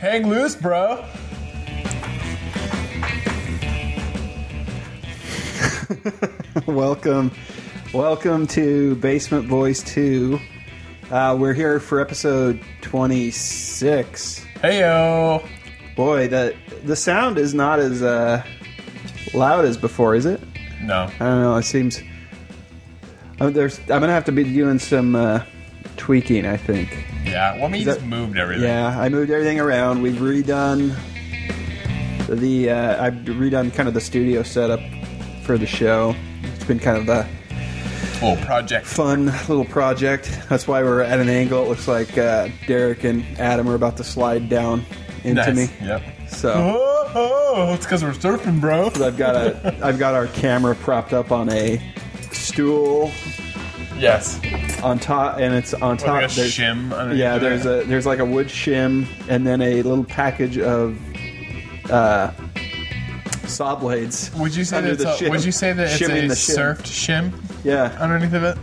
Hang loose, bro. welcome, welcome to Basement Boys Two. Uh, we're here for episode twenty six. Hey yo. Boy, the the sound is not as uh, loud as before, is it? No. I don't know. It seems. I mean, there's. I'm gonna have to be doing some uh, tweaking. I think. Yeah. Well, I mean, you Is just that- moved everything. Yeah, I moved everything around. We've redone the uh, I've redone kind of the studio setup for the show. It's been kind of a Little project. fun little project. That's why we're at an angle. It looks like uh, Derek and Adam are about to slide down into nice. me. Yep. So Oh, oh, it's because we're surfing, bro. I've got a I've got our camera propped up on a stool Yes. on top, and it's on top. Like a Ah, there's- shim. underneath Yeah, of it. there's a there's like a wood shim and then a little package of uh, saw blades. Would you say that? under It's the a, shim. would you say that it's a Oh. Shimming the shim. surfed shim Yeah, underneath of it?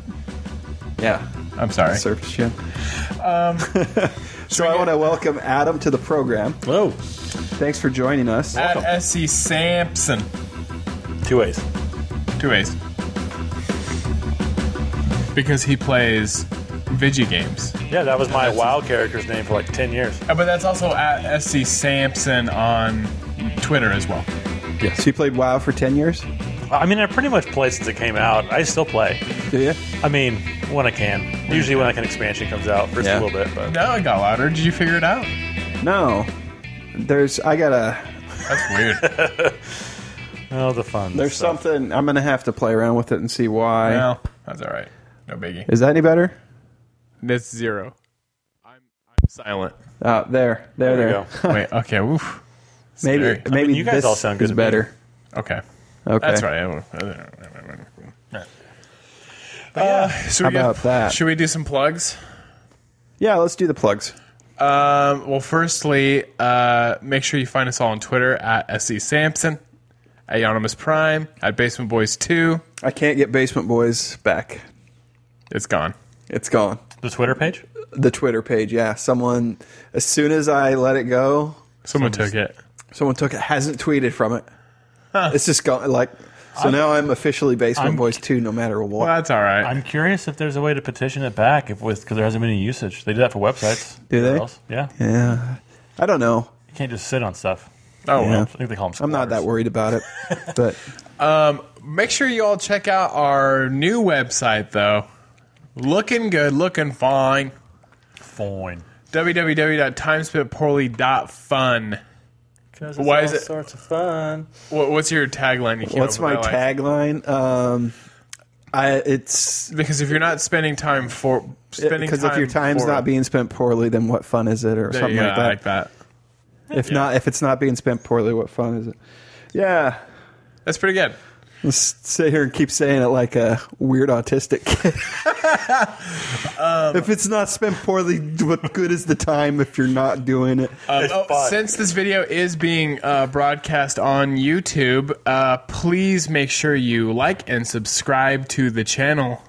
yeah, I'm sorry. surfed shim. Um, so I want to welcome Adam to the program. Hello. Thanks for joining us. At Uh, SC Sampson. Two ways. Two ways. Because he plays Vigi games. Yeah, that was my WoW character's name for like 10 years. Uh, But that's also at SC Sampson on Twitter as well. Oh, So you played WoW for ten years? I mean, I pretty much played since it came out. I still play. Do you? I mean, when I can. Usually when like an expansion comes out for just Yeah. a little bit. But Now it got louder. Did you figure it out? No. There's I gotta That's weird. oh, the fun. there's stuff. something I'm gonna have to play around with it and see why. well, that's all right. No biggie. Is that any better? That's zero. I'm, I'm silent. Uh, there, there, There there. you go. Wait. Okay. Oof. Maybe, Scary. maybe mean, you guys this all sound good is to me. better. Okay. Okay, That's right. I don't- I don't- Uh, should How we get- about that? Should we do some plugs? Yeah, let's do the plugs. Um, well, firstly, uh, make sure you find us all on Twitter at SC Sampson, at Anonymous Prime, at Basement Boys 2. I can't get Basement Boys back. It's gone. It's gone. The Twitter page? The Twitter page, yeah. Someone, as soon as I let it go, Someone took it. someone took it. Hasn't tweeted from it. It's just gone. Like so now, I'm officially Basement I'm- Boys two, no matter what. Well, that's all right. I'm curious if there's a way to petition it back if because there hasn't been any usage. They do that for websites. Do they? Else. Yeah. yeah, I don't know. You can't just sit on stuff. oh, I well. think they call them I'm not that worried about it. but Make sure you all check out our new website, though. Looking good, looking fine. Fine. www.timespentpoorly.fun. Why is all it- sorts of fun. What, what's your tagline? You came what's up with? my I like- tagline? Um, I it's Because if you're not spending time for spending because if your time time's for- not being spent poorly, then what fun is it, or There something you go, like I that? like that. If not, if it's not being spent poorly, what fun is it? Yeah, That's pretty good. Let's sit here and keep saying it like a weird autistic kid. if it's not spent poorly, what good is the time if you're not doing it? Um, It's oh, fun. since this video is being uh, broadcast on YouTube, uh, please make sure you like and subscribe to the channel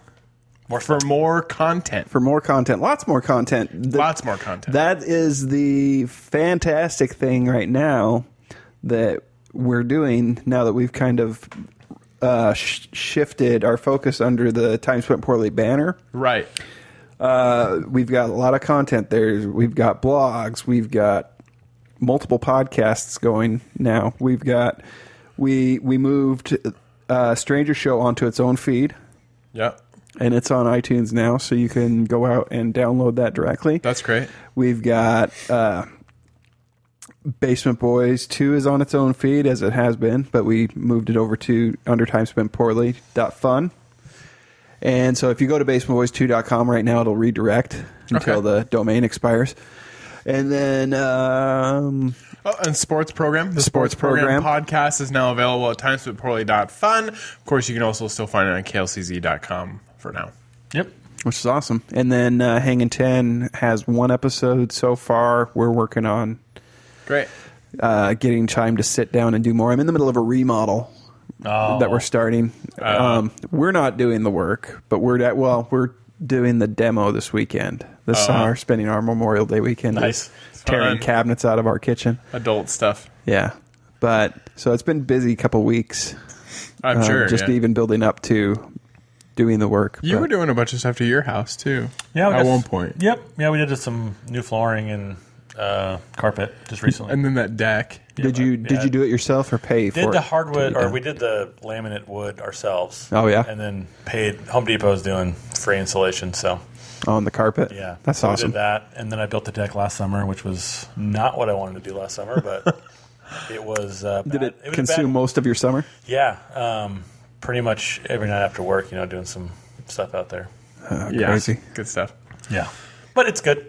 for more content. For more content, lots more content. Th- Lots more content. That is the fantastic thing right now that we're doing now that we've kind of uh, sh- shifted our focus under the time spent poorly banner. right. uh, we've got a lot of content there. We've got blogs. We've got multiple podcasts going now. We've got we we moved uh, Stranger Show onto its own feed, Yep. and it's on iTunes now, so you can go out and download that directly. That's great. We've got uh, Basement Boys Two is on its own feed as it has been, but we moved it over to Under Time Spent Poorly dot fun. And so if you go to basementboys2.com right now, it'll redirect until Okay. the domain expires. And then um, Oh, and sports program. The sports sports, program, program. podcast is now available at timespitpoorly.fun. Of course, you can also still find it on klcz.com for now. Yep. which is awesome. And then uh, Hanging Ten has one episode so far. We're working on Great. uh, getting time to sit down and do more. I'm in the middle of a remodel Oh. that we're starting. um, we're not doing the work, but we're at, well, we're doing the demo this weekend. this summer, spending our Memorial Day weekend Uh-huh. Nice. Uh-huh. just tearing Fun. cabinets out of our kitchen. Adult stuff. Yeah, but so it's been busy couple weeks. I'm um, sure. just yeah. even building up to doing the work. You but- were doing a bunch of stuff to your house too. Yeah, we at got- one point. Yep. Yeah, we did just some new flooring and uh, carpet just recently. And then that deck. Did you did yeah. you do it yourself or pay for did the it? hardwood, to be or done? we did the laminate wood ourselves. Oh, yeah? and then paid Home Depot's doing free installation. So on the carpet? yeah, that's So awesome. We did that, and then I built the deck last summer, which was not what I wanted to do last summer, but it was. Uh, Did bad. it, was a consume Bad, most of your summer? yeah, um, pretty much every night after work, you know, doing some stuff out there. Yeah, Oh, Crazy. Good stuff. Yeah, but it's good.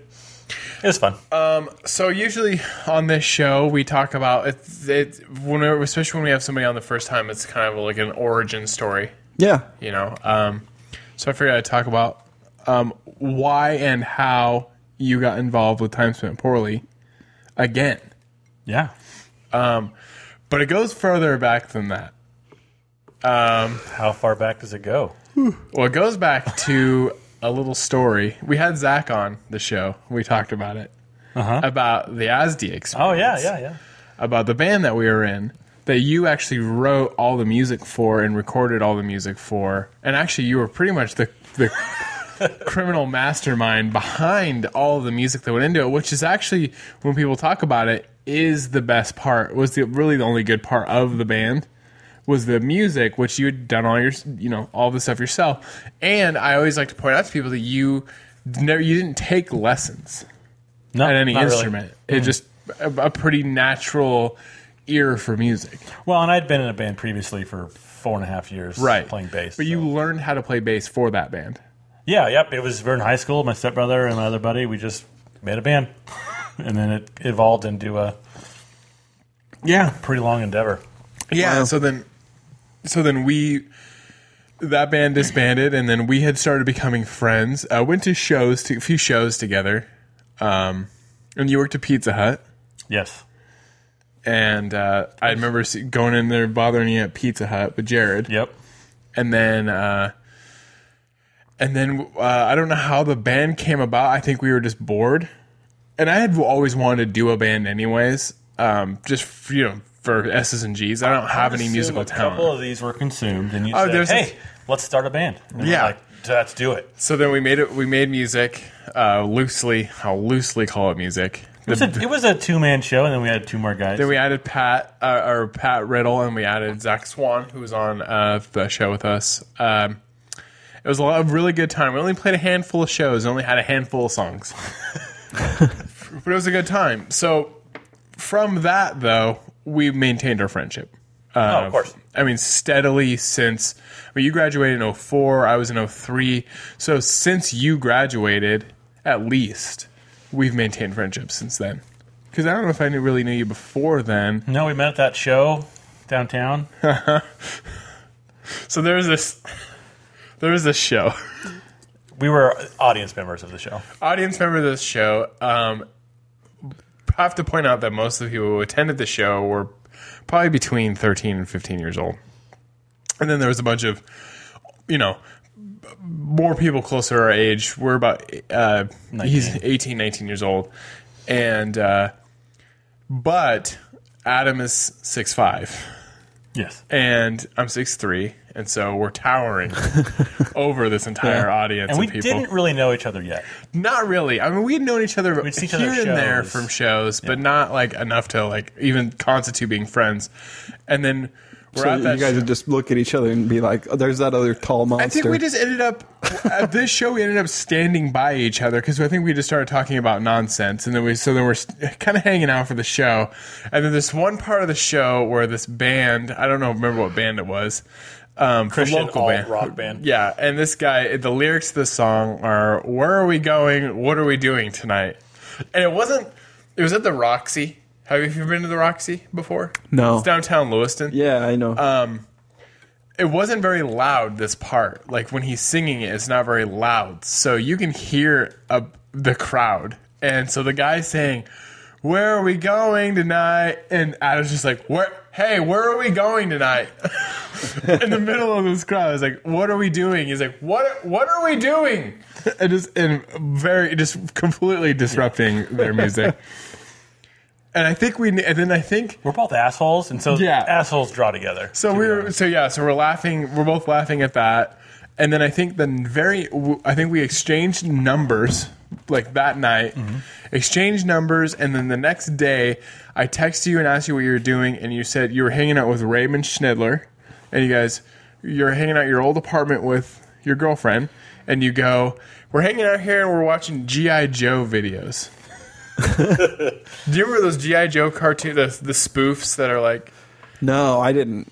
It was fun. Uh, So usually on this show we talk about it, it whenever, especially when we have somebody on the first time, it's kind of like an origin story, Yeah, you know. Um, so I figured I'd talk about um, why and how you got involved with Time Spent Poorly again, yeah, but it goes further back than that. how far back does it go? Well, it goes back to a little story we had Zach on the show. We talked about it about the ASDI experience. Oh yeah, yeah, yeah. about the band that we were in that you actually wrote all the music for and recorded all the music for and actually you were pretty much the the criminal mastermind behind all the music that went into it which is actually when people talk about it is the best part was the really the only good part of the band was the music which you had done all your you know all the stuff yourself and i always like to point out to people that you never you didn't take lessons Not, at any not really. Mm. instrument. It just a, a pretty natural ear for music, Well, and I'd been in a band previously for four and a half years, Playing bass, But you so- learned how to play bass for that band. yeah, yep. It was we were in high school. My stepbrother and my other buddy, we just made a band, and then it evolved into a Yeah, pretty long endeavor. yeah. Wow. So then, so then we that band disbanded, and then we had started becoming friends. Uh, went to shows, to a few shows together, um, and you worked at Pizza Hut. Yes, And uh, I remember see- going in there, bothering you at Pizza Hut with Jared. yep. and then uh, and then uh, I don't know how the band came about. I think we were just bored, and I had always wanted to do a band anyways, um, just f- you know for S's and G's. I don't have any Assume musical a couple talent, of these were consumed, and you Oh, said, there's "Hey, this- let's start a band." And we're Yeah. like, let's do it. so then we made it. We made music uh, loosely. I'll loosely call it music. It was a, it was a two man show, and then we had two more guys. Then we added Pat uh, or Pat Riddle, and we added Zach Swan, who was on uh, the show with us. Um, it was a lot of really good time. We only played a handful of shows, and only had a handful of songs, but it was a good time. So from that, though, we maintained our friendship. Uh, Oh, of course. I mean, steadily since I mean, you graduated in 04, I was in 03. So since you graduated, at least we've maintained friendships since then. Because I don't know if I knew, really knew you before then. no, we met at that show downtown. So there was this, there was this show. we were audience members of the show. Audience member of this show. Um, I have to point out that most of the people who attended the show were probably between 13 and 15 years old. And then there was a bunch of, you know, b- more people closer to our age. We're about, uh, he's 18, 19 years old. And, uh, but Adam is six five. Yes, and I'm six three, and so we're towering over this entire audience and we of people. didn't really know each other yet. Not really. I mean, we had known each other We'd seen each here other and there shows. from shows, but not like enough to like even constitute being friends. And then we're so at you that. guys show- would just look at each other and be like, oh, "There's that other tall monster." I think we just ended up at this show. We ended up standing by each other because I think we just started talking about nonsense, and then we so then we're kind of hanging out for the show, and then this one part of the show where this band I don't know remember what band it was, um, the Christian local alt band rock band. Yeah, and this guy the lyrics to the song are "Where are we going? What are we doing tonight?" And it wasn't. It was at the Roxy. Have you ever been to the Roxy before? No. It's downtown Lewiston yeah, I know. uh, it wasn't very loud this part like when he's singing it it's not very loud so you can hear a, the crowd and so the guy saying where are we going tonight and adam's just like where hey, where are we going tonight? In the middle of this crowd, I was like, what are we doing? He's like, what What are we doing? And just and very just completely disrupting their music. And I think we and then I think We're both assholes, and so Yeah. assholes draw together. so we were so yeah so we're laughing we're both laughing at that and then i think the very w- i think we exchanged numbers like that night exchanged numbers and then the next day i texted you and asked you what you were doing and you said you were hanging out with raymond schnidler and you guys you're hanging out at your old apartment with your girlfriend and you go we're hanging out here and we're watching gi joe videos do you remember those gi joe cartoon the, the spoofs that are like No, I didn't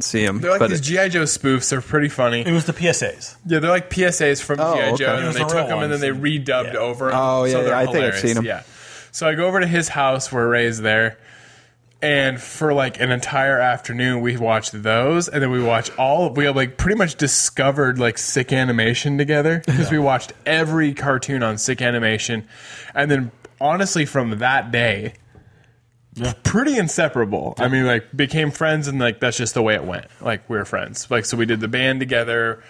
see him. they're like but these it- GI Joe spoofs. They're pretty funny. It was the PSAs. Yeah, they're like PSAs from Oh, GI okay. Joe, It and was they the took real them and then they redubbed Yeah. over. 'em, Oh, yeah, so they're yeah, I think I've hilarious. seen 'em. Yeah. So I go over to his house where Ray's there, and for like an entire afternoon, we watched those, and then we watched all. We like pretty much discovered like sick animation together because we watched every cartoon on sick animation, and then honestly from that day. Pretty inseparable. I mean, like became friends, and like that's just the way it went. Like we were friends. Like so, we did the band together.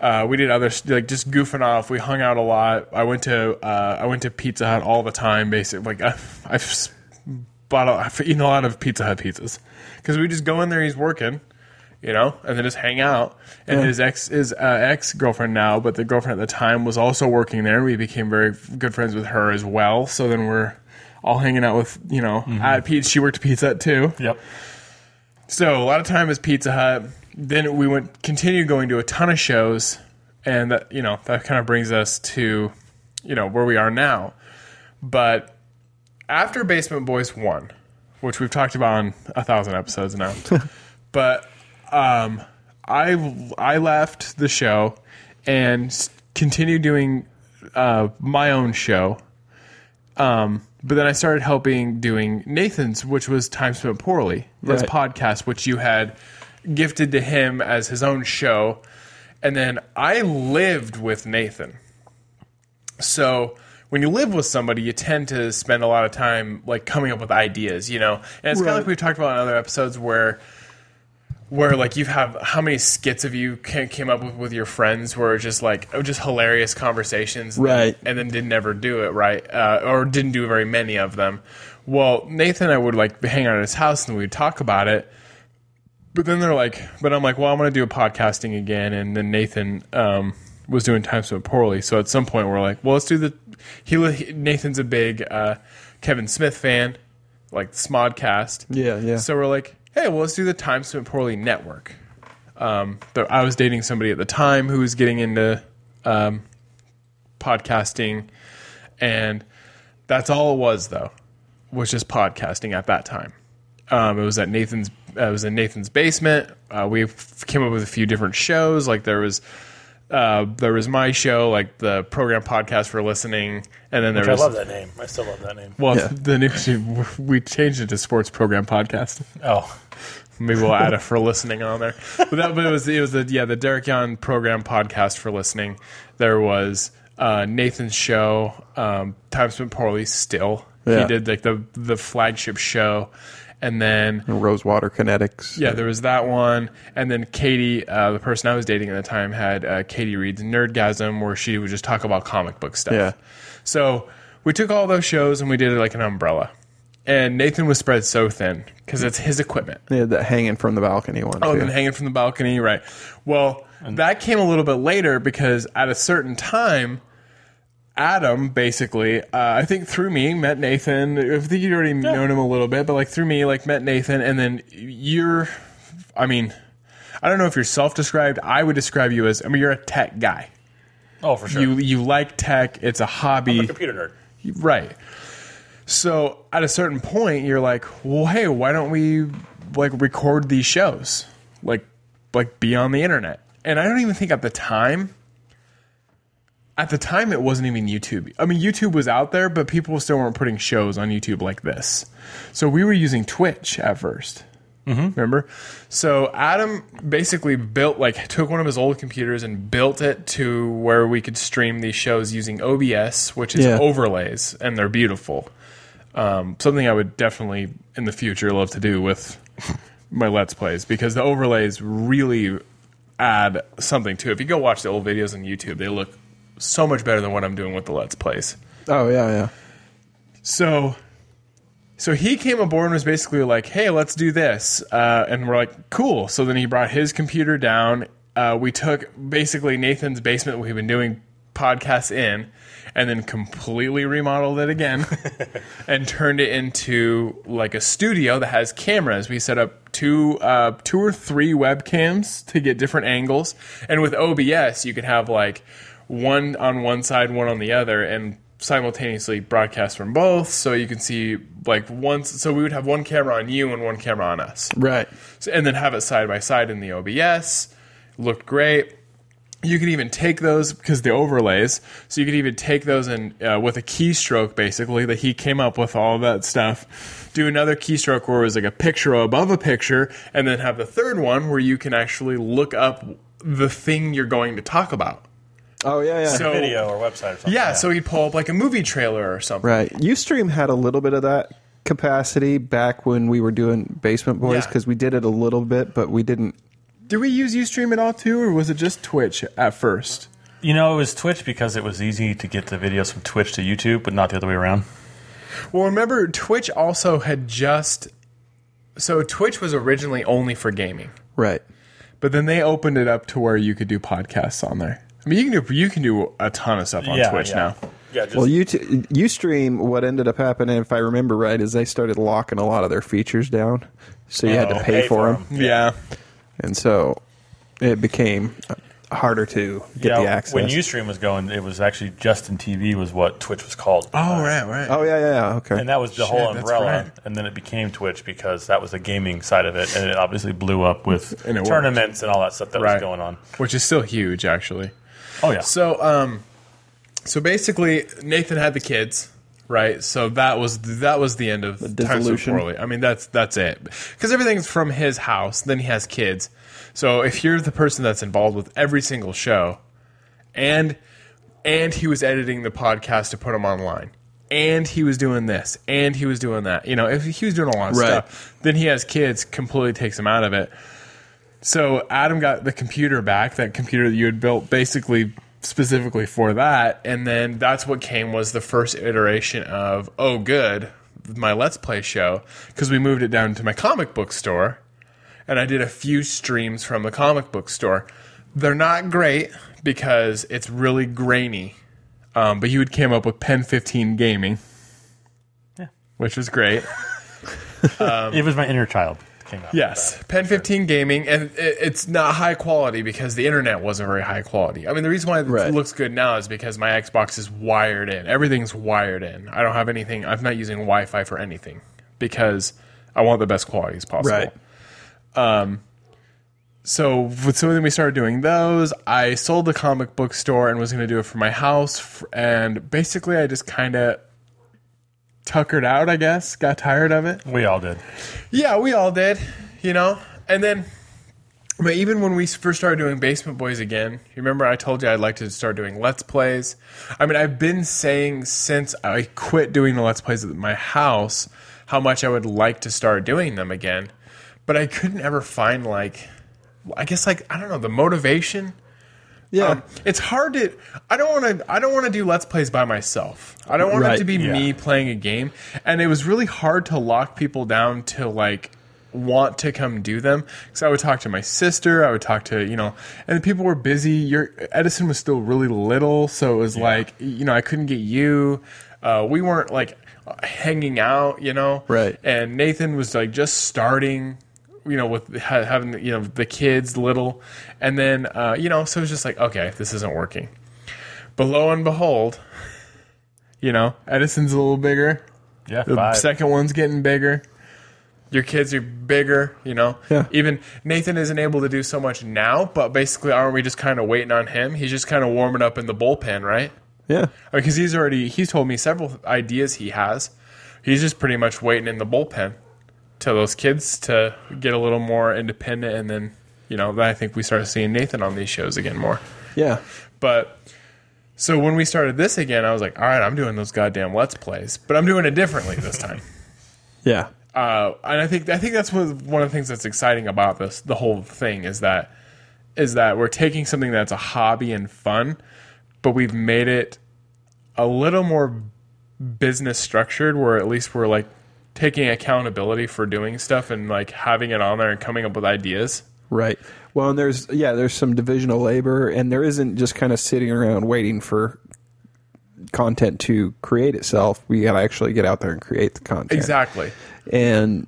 Uh, we did other st- like just goofing off. We hung out a lot. I went to uh, I went to Pizza Hut all the time. Basically, like I've, I've s- bought a, I've eaten a lot of Pizza Hut pizzas because we just go in there. He's working, you know, and then just hang out. And his ex his uh, ex girlfriend now, but the girlfriend at the time was also working there. We became very f- good friends with her as well. So then we're all hanging out with you know at Pizza. She worked at Pizza Hut too. Yep. So a lot of time is Pizza Hut. Then we went continue going to a ton of shows, and that you know that kind of brings us to you know where we are now. But after Basement Boys one, which we've talked about on a thousand episodes now, but um, I I left the show and s- continued doing uh, my own show. Um, but then I started helping doing Nathan's, which was Time Spent Poorly, this Right. podcast, which you had gifted to him as his own show. And then I lived with Nathan. So when you live with somebody, you tend to spend a lot of time like coming up with ideas, you know. And it's kind Right. of like we've talked about in other episodes where where like you have how many skits of you ca- came up with with your friends where it's just like oh, just hilarious conversations and then- Right. and then didn't ever do it right uh, or didn't do very many of them well nathan and i would like hang out at his house and we'd talk about it but then they're like but i'm like well i'm going to do a podcasting again and then nathan um, was doing time spent poorly so at some point we're like well let's do the he li- nathan's a big uh, kevin smith fan like smodcast Yeah, yeah. so we're like hey well let's do the time spent poorly network um, though I was dating somebody at the time who was getting into um, podcasting, and that's all it was though, was just podcasting at that time. Um, it was at Nathan's. Uh, it was in Nathan's basement. Uh, we f- came up with a few different shows. Like there was, uh, there was my show, like the program podcast for listening, and then there I was love that name. I still love that name. well Yeah. the new we changed it to sports program podcast. Oh, Maybe we'll add it for listening on there. But that but it was it was the yeah the Derek Young program podcast for listening. There was uh, Nathan's show, um, Time Spent Poorly. Still, Yeah. he did like the the flagship show, and then Rosewater Kinetics. yeah, there was that one, and then Katie, uh, the person I was dating at the time, had uh, Katie Reed's Nerdgasm, where she would just talk about comic book stuff. Yeah. So we took all those shows and we did it like an umbrella. And Nathan was spread so thin because it's his equipment. They had that hanging from the balcony one. Oh, too. then hanging from the balcony, right? Well, that came a little bit later because at a certain time, Adam basically, uh, I think through me met Nathan. I think you'd already known him a little bit, but like through me, like met Nathan, and then you're, I mean, I don't know if you're self-described. I would describe you as, I mean, you're a tech guy. oh, for sure. You you like tech. It's a hobby. I'm a computer nerd. Right. So at a certain point, you're like, well, hey, why don't we like record these shows, like like be on the internet? And I don't even think at the time. At the time, it wasn't even YouTube. I mean, YouTube was out there, but people still weren't putting shows on YouTube like this. So we were using Twitch at 1st Remember? So Adam basically built, like, took one of his old computers and built it to where we could stream these shows using OBS, which is Yeah. overlays, and they're beautiful. Um, something I would definitely in the future love to do with my let's plays because the overlays really add something to it. If you go watch the old videos on YouTube, they look so much better than what I'm doing with the let's plays. Oh yeah, yeah. So, so he came aboard and was basically like, "Hey, let's do this," uh, and we're like, "Cool." So then he brought his computer down. Uh, we took basically Nathan's basement we've been doing podcasts in, and then completely remodeled it again, and turned it into like a studio that has cameras. We set up two, uh, two or three webcams to get different angles, and with OBS you can have like one on one side, one on the other, and simultaneously broadcast from both. So you can see like once. So we would have one camera on you and one camera on us, Right. so, and then have it side by side in the OBS. Looked great. You could even take those because the overlays. So you could even take those and uh, with a keystroke, basically that he came up with all that stuff. Do another keystroke where it was like a picture above a picture, and then have the third one where you can actually look up the thing you're going to talk about. Oh yeah, yeah. So- video or website or something. Yeah, so he'd pull up like a movie trailer or something. right. Ustream had a little bit of that capacity back when we were doing Basement Boys Yeah. because we did it a little bit, but we didn't. Did we use Ustream at all too, or was it just Twitch at first? you know, it was Twitch because it was easy to get the videos from Twitch to YouTube, but not the other way around. Well, remember Twitch also had just so Twitch was originally only for gaming, Right. but then they opened it up to where you could do podcasts on there. I mean, you can do you can do a ton of stuff on Yeah, Twitch yeah. now. Yeah, just Well, YouTube, Ustream, what ended up happening, if I remember right, is they started locking a lot of their features down, so you had to Oh, pay, for them, Yeah. and so it became harder to get the access. When Ustream was going, it was actually Justin TV was what Twitch was called. Oh right, right. oh yeah, yeah, yeah. Okay. and that was the whole Shit, that's umbrella. right. And then it became Twitch because that was the gaming side of it, and it obviously blew up with And it worked. tournaments and all that stuff that Right. was going on. Which is still huge, actually. Oh yeah, So, um, so basically, Nathan had the kids, right? So that was that was the end of the dissolution. I mean, that's that's it because everything's from his house. Then he has kids. So if you're the person that's involved with every single show, and and he was editing the podcast to put them online. And he was doing this, and he was doing that. You know, if he was doing a lot of Right. stuff, then he has kids, completely takes him out of it. So Adam got the computer back, that computer that you had built basically specifically for that, and then that's what came was the first iteration of Oh Good, my Let's Play show, because we moved it down to my comic book store, and I did a few streams from the comic book store. They're not great because it's really grainy, um, but you had came up with Pen Fifteen Gaming, which was great. it was my inner child that came out. Um, Yes, Pen 15 Gaming, and it, it's not high quality because the internet wasn't very high quality. I mean, the reason why it Right. looks good now is because my Xbox is wired in. Everything's wired in. I don't have anything. I'm not using Wi-Fi for anything because I want the best quality as possible. Um, Right. So, so then we started doing those. I sold the comic book store and was going to do it for my house, f- and basically, I just kind of tuckered out. I guess got tired of it. we all did. Yeah, we all did, you know. And then, but even when we first started doing Basement Boys again, you remember I told you I'd like to start doing Let's Plays. I mean, I've been saying since I quit doing the Let's Plays at my house how much I would like to start doing them again, but I couldn't ever find like, I guess like I don't know the motivation. Yeah. Um, it's hard to. I don't want to. I don't want to do let's plays by myself. I don't want it Right, to be yeah. me playing a game. And it was really hard to lock people down to like want to come do them because I would talk to my sister. I would talk to you know, and people were busy. Your Edison was still really little, so it was like you know I couldn't get you. Uh, we weren't like hanging out, you know. Right. And Nathan was like just starting you know, with ha- having you know the kids little, and then uh, you know, so it's just like, okay, this isn't working. But lo and behold, you know, Edison's a little bigger. Yeah, The five. second one's getting bigger. Your kids are bigger, you know. Yeah. Even Nathan isn't able to do so much now, but basically, aren't we just kind of waiting on him? He's just kind of warming up in the bullpen, right? yeah. because he's already he's told me several ideas he has. He's just pretty much waiting in the bullpen till those kids to get a little more independent, and then you know then I think we start seeing Nathan on these shows again more. Yeah. But so when we started this again, I was like, all right, I'm doing those goddamn let's plays, but I'm doing it differently this time. Yeah. uh, and I think I think that's one of, one of the things that's exciting about this the whole thing is that is that we're taking something that's a hobby and fun, but we've made it a little more business structured where at least we're like taking accountability for doing stuff and like having it on there and coming up with ideas. Right. Well, and there's yeah, there's some divisional labor, and there isn't just kind of sitting around waiting for content to create itself. We got to actually get out there and create the content. Exactly. And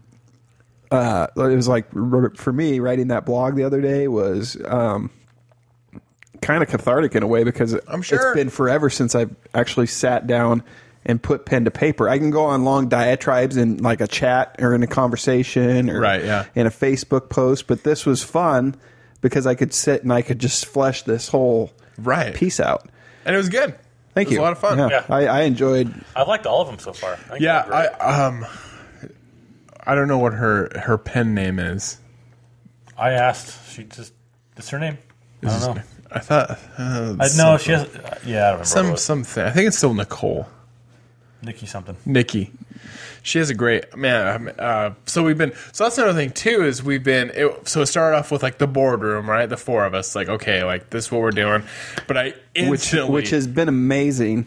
uh, it was like r- for me writing that blog the other day was um, kind of cathartic in a way because I'm sure. it's been forever since I've actually sat down and put pen to paper. I can go on long diatribes in like a chat or in a conversation or Right, yeah. in a Facebook post, but this was fun because I could sit and I could just flesh this whole Right. piece out. And it was good. Thank it was you. A lot of fun. Yeah, Yeah. I, I enjoyed. I've liked all of them so far. I think Yeah, they're I great. um, I don't know what her her pen name is. I asked. She just. It's her name. I don't know. I thought uh, I know she has. Yeah, I don't remember. Some, some something. I think it's still Nicole, Nikki something. Nikki. She has a great man. um, Uh, so we've been. So that's another thing too is we've been. It, so it started off with like the boardroom, right? The four of us, like okay, like this is what we're doing. But I which instantly, which has been amazing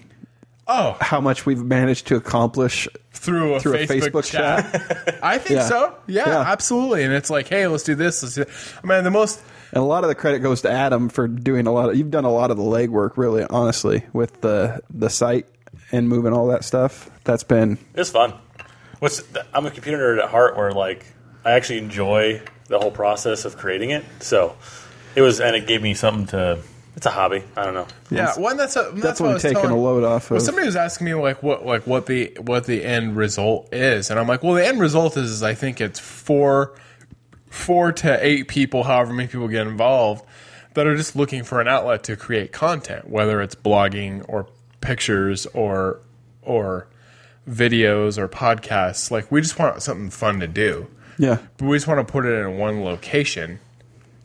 oh how much we've managed to accomplish through a, through Facebook, a Facebook chat. chat. I think Yeah. so. Yeah, Yeah. absolutely. And it's like, hey, let's do this. Let's do that. I mean, the most And a lot of the credit goes to Adam for doing a lot of you've done a lot of the legwork really honestly with the the site and moving all that stuff. That's been It's fun. What's I'm a computer nerd at heart, where like I actually enjoy the whole process of creating it. So it was, and it gave me something to. It's a hobby. I don't know. Yeah, one that's a, that's Definitely what I was taking telling- a load off Well, of- somebody was asking me like what like what the what the end result is, and I'm like, well, the end result is, is I think it's four four to eight people, however many people get involved, that are just looking for an outlet to create content, whether it's blogging or pictures or or videos or podcasts. Like we just want something fun to do, yeah. but we just want to put it in one location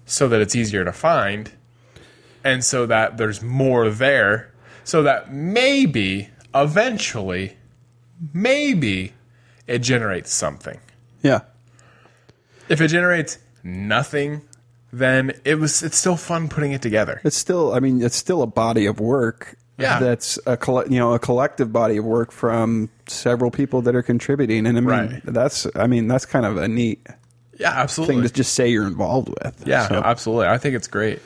so that it's easier to find and so that there's more there so that maybe eventually maybe it generates something Yeah. if it generates nothing then it was it's still fun putting it together It's still I mean it's still a body of work Yeah. that's a colle- you know a collective body of work from several people that are contributing and I mean Right. that's I mean that's kind of a neat yeah thing absolutely to just say you're involved with. Yeah, So- absolutely. I think it's great,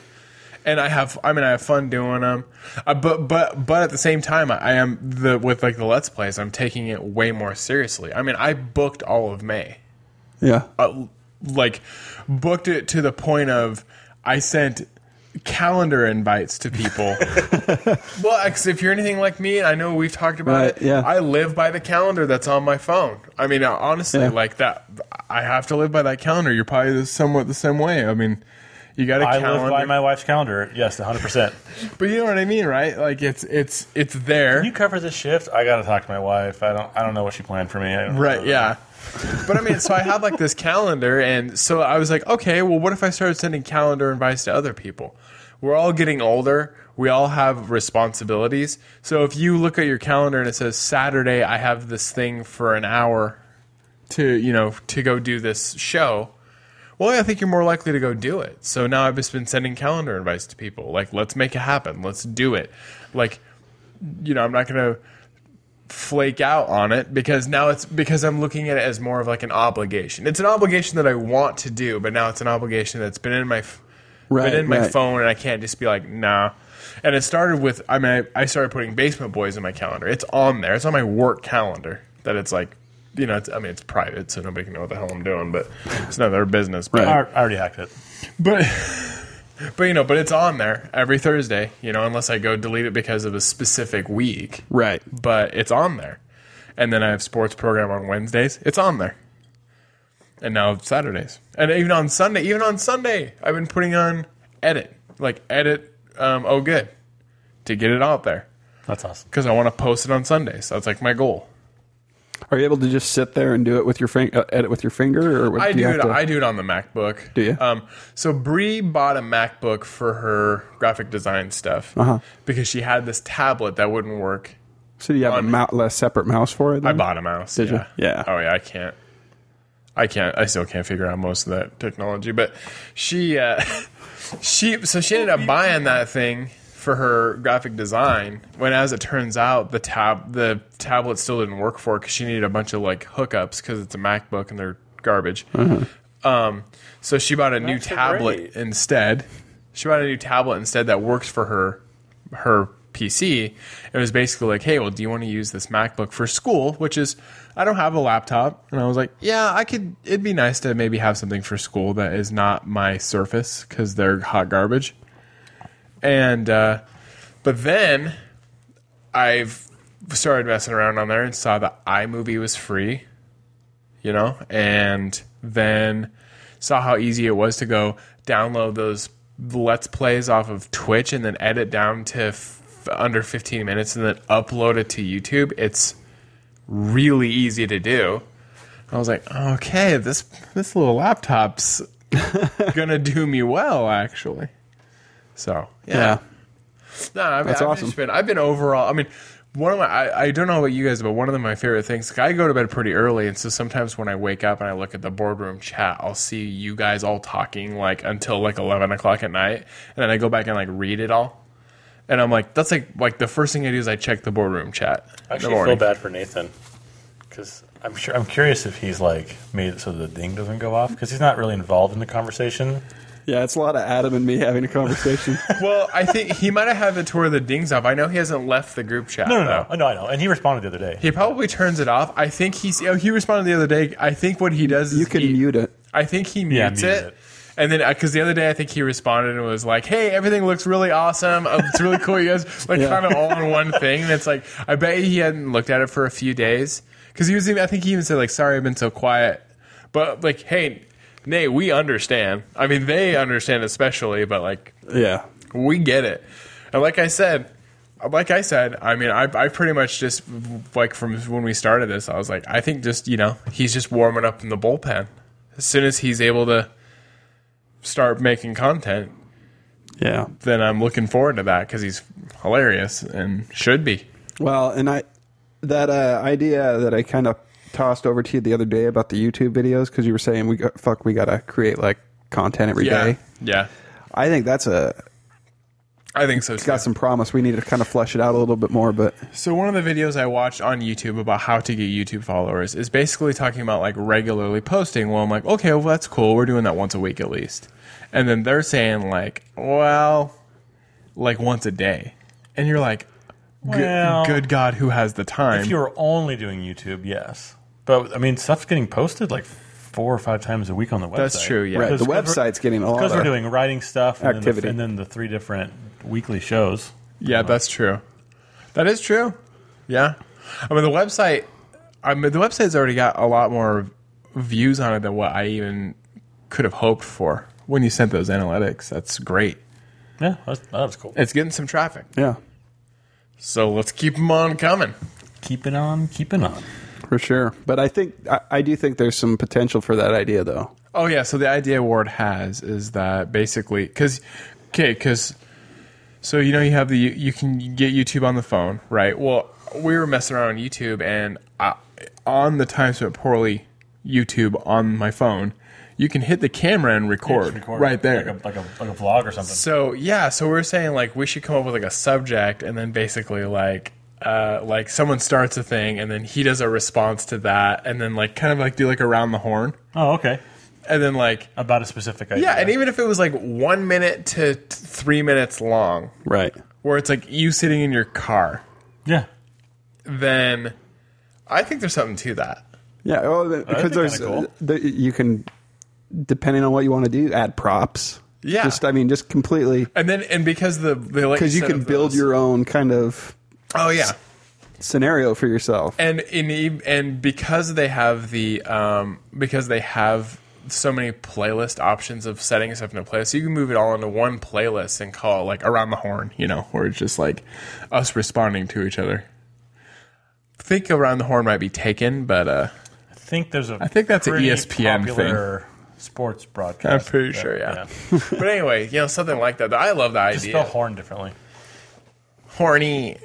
and I have. I mean, I have fun doing them, uh, but but but at the same time, I, I am the with like the let's plays. I'm taking it way more seriously. I mean, I booked all of May, yeah. uh, like booked it to the point of I sent calendar invites to people. well, 'cause if you're anything like me, I know we've talked about Right, it. yeah. I live by the calendar that's on my phone. I mean, uh, honestly, Yeah. like that, I have to live by that calendar. You're probably the- somewhat the same way. I mean, you got a I calendar, live by my wife's calendar. Yes, 100. percent but you know what I mean, right? Like it's it's it's there. You cover this shift. I gotta talk to my wife. I don't. I don't know what she planned for me. I don't Right, yeah. But I mean, so I had like this calendar, and so I was like, okay, well, what if I started sending calendar invites to other people? We're all getting older. We all have responsibilities. So if you look at your calendar and it says Saturday, I have this thing for an hour to you know to go do this show. Well, I think you're more likely to go do it. So now I've just been sending calendar invites to people. Like, let's make it happen. Let's do it. Like, you know, I'm not gonna flake out on it because now it's because I'm looking at it as more of like an obligation. It's an obligation that I want to do, but now it's an obligation that's been in my f- Right, been in my right. phone, and I can't just be like, nah. And it started with I mean I, I started putting Basement Boys in my calendar. It's on there. It's on my work calendar. That it's like, you know, it's, I mean it's private, so nobody can know what the hell I'm doing, but it's none of their business. But I al- I already hacked it. but but you know, but it's on there every Thursday. You know, unless I go delete it because of a specific week Right. but it's on there. And then I have sports program on Wednesdays. It's on there. And now Saturdays. And even on Sunday, even on Sunday, I've been putting on edit, like edit um, oh good to get it out there That's awesome. because I want to post it on Sundays. That's like my goal. Are you able to just sit there and do it with your fing- uh, edit with your finger or what, I do do, you have it. to- I do it on the MacBook. Do you? Um, so Bree bought a MacBook for her graphic design stuff Uh-huh. because she had this tablet that wouldn't work. So do you have a, on- mou- a separate mouse for it? I then? bought a mouse. Did you? yeah. Yeah. Oh yeah, I can't. I can't. I still can't figure out most of that technology. But she, uh, she, so she ended up buying that thing for her graphic design. When, as it turns out, the tab, the tablet still didn't work for because she needed a bunch of like hookups because it's a MacBook and they're garbage. Um, so she bought a new Macs are tablet great. instead. She bought a new tablet instead that works for her her PC. It was basically like, hey, well, do you want to use this MacBook for school? Which is, I don't have a laptop, and I was like, yeah, I could. It'd be nice to maybe have something for school that is not my Surface because they're hot garbage. And uh, but then I've started messing around on there and saw that iMovie was free, you know, and then saw how easy it was to go download those let's plays off of Twitch and then edit down to f- under 15 minutes and then upload it to YouTube. It's really easy to do. I was like, okay, this this little laptop's gonna do me well, actually. So Yeah. no, I've, That's I've awesome. Just been, I've been overall. I mean, one of my I, I don't know about you guys, but one of my favorite things. I go to bed pretty early, and so sometimes when I wake up and I look at the boardroom chat, I'll see you guys all talking like until like eleven o'clock at night, and then I go back and like read it all. And I'm like, that's like like the first thing I do is I check the boardroom chat. in the I actually feel morning. bad for Nathan because I'm sure I'm curious if he's like made it so the ding doesn't go off because he's not really involved in the conversation. Yeah, it's a lot of Adam and me having a conversation. Well, I think he might have had the tour of the dings off. I know he hasn't left the group chat. No, no, Oh, though. no, no, I know. And he responded the other day. He probably turns it off. I think he's. Oh, he responded the other day. I think what he does is you can he, mute it. I think he Yeah, mutes mute it. it. And then, because the other day, I think he responded and was like, "Hey, everything looks really awesome. Uh, It's really cool, you guys." Like, Yeah. kind of all in one thing. And it's like, I bet he hadn't looked at it for a few days because he was. Even, I think he even said like, "Sorry, I've been so quiet," but like, "Hey, Nay, we understand. I mean, they understand especially, but like, Yeah. we get it. And like I said, like I said, I mean, I, I pretty much just like from when we started this, I was like, I think just you know, he's just warming up in the bullpen. As soon as he's able to start making content, Yeah. then I'm looking forward to that because he's hilarious and should be. Well, and I that uh, idea that I kind of tossed over to you the other day about the YouTube videos because you were saying we got, fuck we gotta create like content every day. Yeah, yeah, I think that's a I think so. Too. got some promise. We need to kind of flesh it out a little bit more, but So one of the videos I watched on YouTube about how to get YouTube followers is basically talking about like regularly posting. Well, I'm like, okay, well that's cool. We're doing that once a week at least. And then they're saying like, well, like once a day. And you're like, good, Well, good God, who has the time? If you were only doing YouTube, yes. But I mean, stuff's getting posted like four or five times a week on the website. That's true, yeah. Right, the 'Cause- 'cause we're- website's getting a lot because we're of doing writing stuff and activity. then the, and then the three different weekly shows. yeah, that's true. That is true. Yeah. I mean the website. I mean the website's already got a lot more views on it than what I even could have hoped for when you sent those analytics. That's great. Yeah, that's, that was cool. It's getting some traffic. yeah So let's keep them on coming. Keep it on, keep it on. for sure. But I think I, I do think there's some potential for that idea though. Oh yeah. So the idea Ward has is that basically because okay because so you know you have the you can get YouTube on the phone right. Well, we were messing around on YouTube and I, on the time spent poorly YouTube on my phone, you can hit the camera and record, right there. like a, like, a, like a vlog or something. So yeah, so we're saying like we should come up with like a subject, and then basically like uh, like someone starts a thing, and then he does a response to that, and then like kind of like do like around the horn, Oh, okay. and then like About a specific idea. yeah, and e-, even if it was like one minute to t- three minutes long, Right. where it's like you sitting in your car, yeah, then I think there's something to that. Yeah. Oh, the- because that'd be there's kinda uh, the, you can depending on what you want to do add props. Yeah. Just I mean just completely And then and because the the like because you said can of build those- your own kind of oh yeah scenario for yourself. and in, e- and because they have the um, because they have so many playlist options of setting stuff into a playlist, you can move it all into one playlist and call it like around the horn, you know, where it's just like us responding to each other. I think around the horn might be taken, but uh, I think there's a. I think that's a E ESPN thing. popular Sports I'm broadcast. pretty sure, yeah. but anyway, you know, something like that. I love the idea. Spell horn differently. Horny.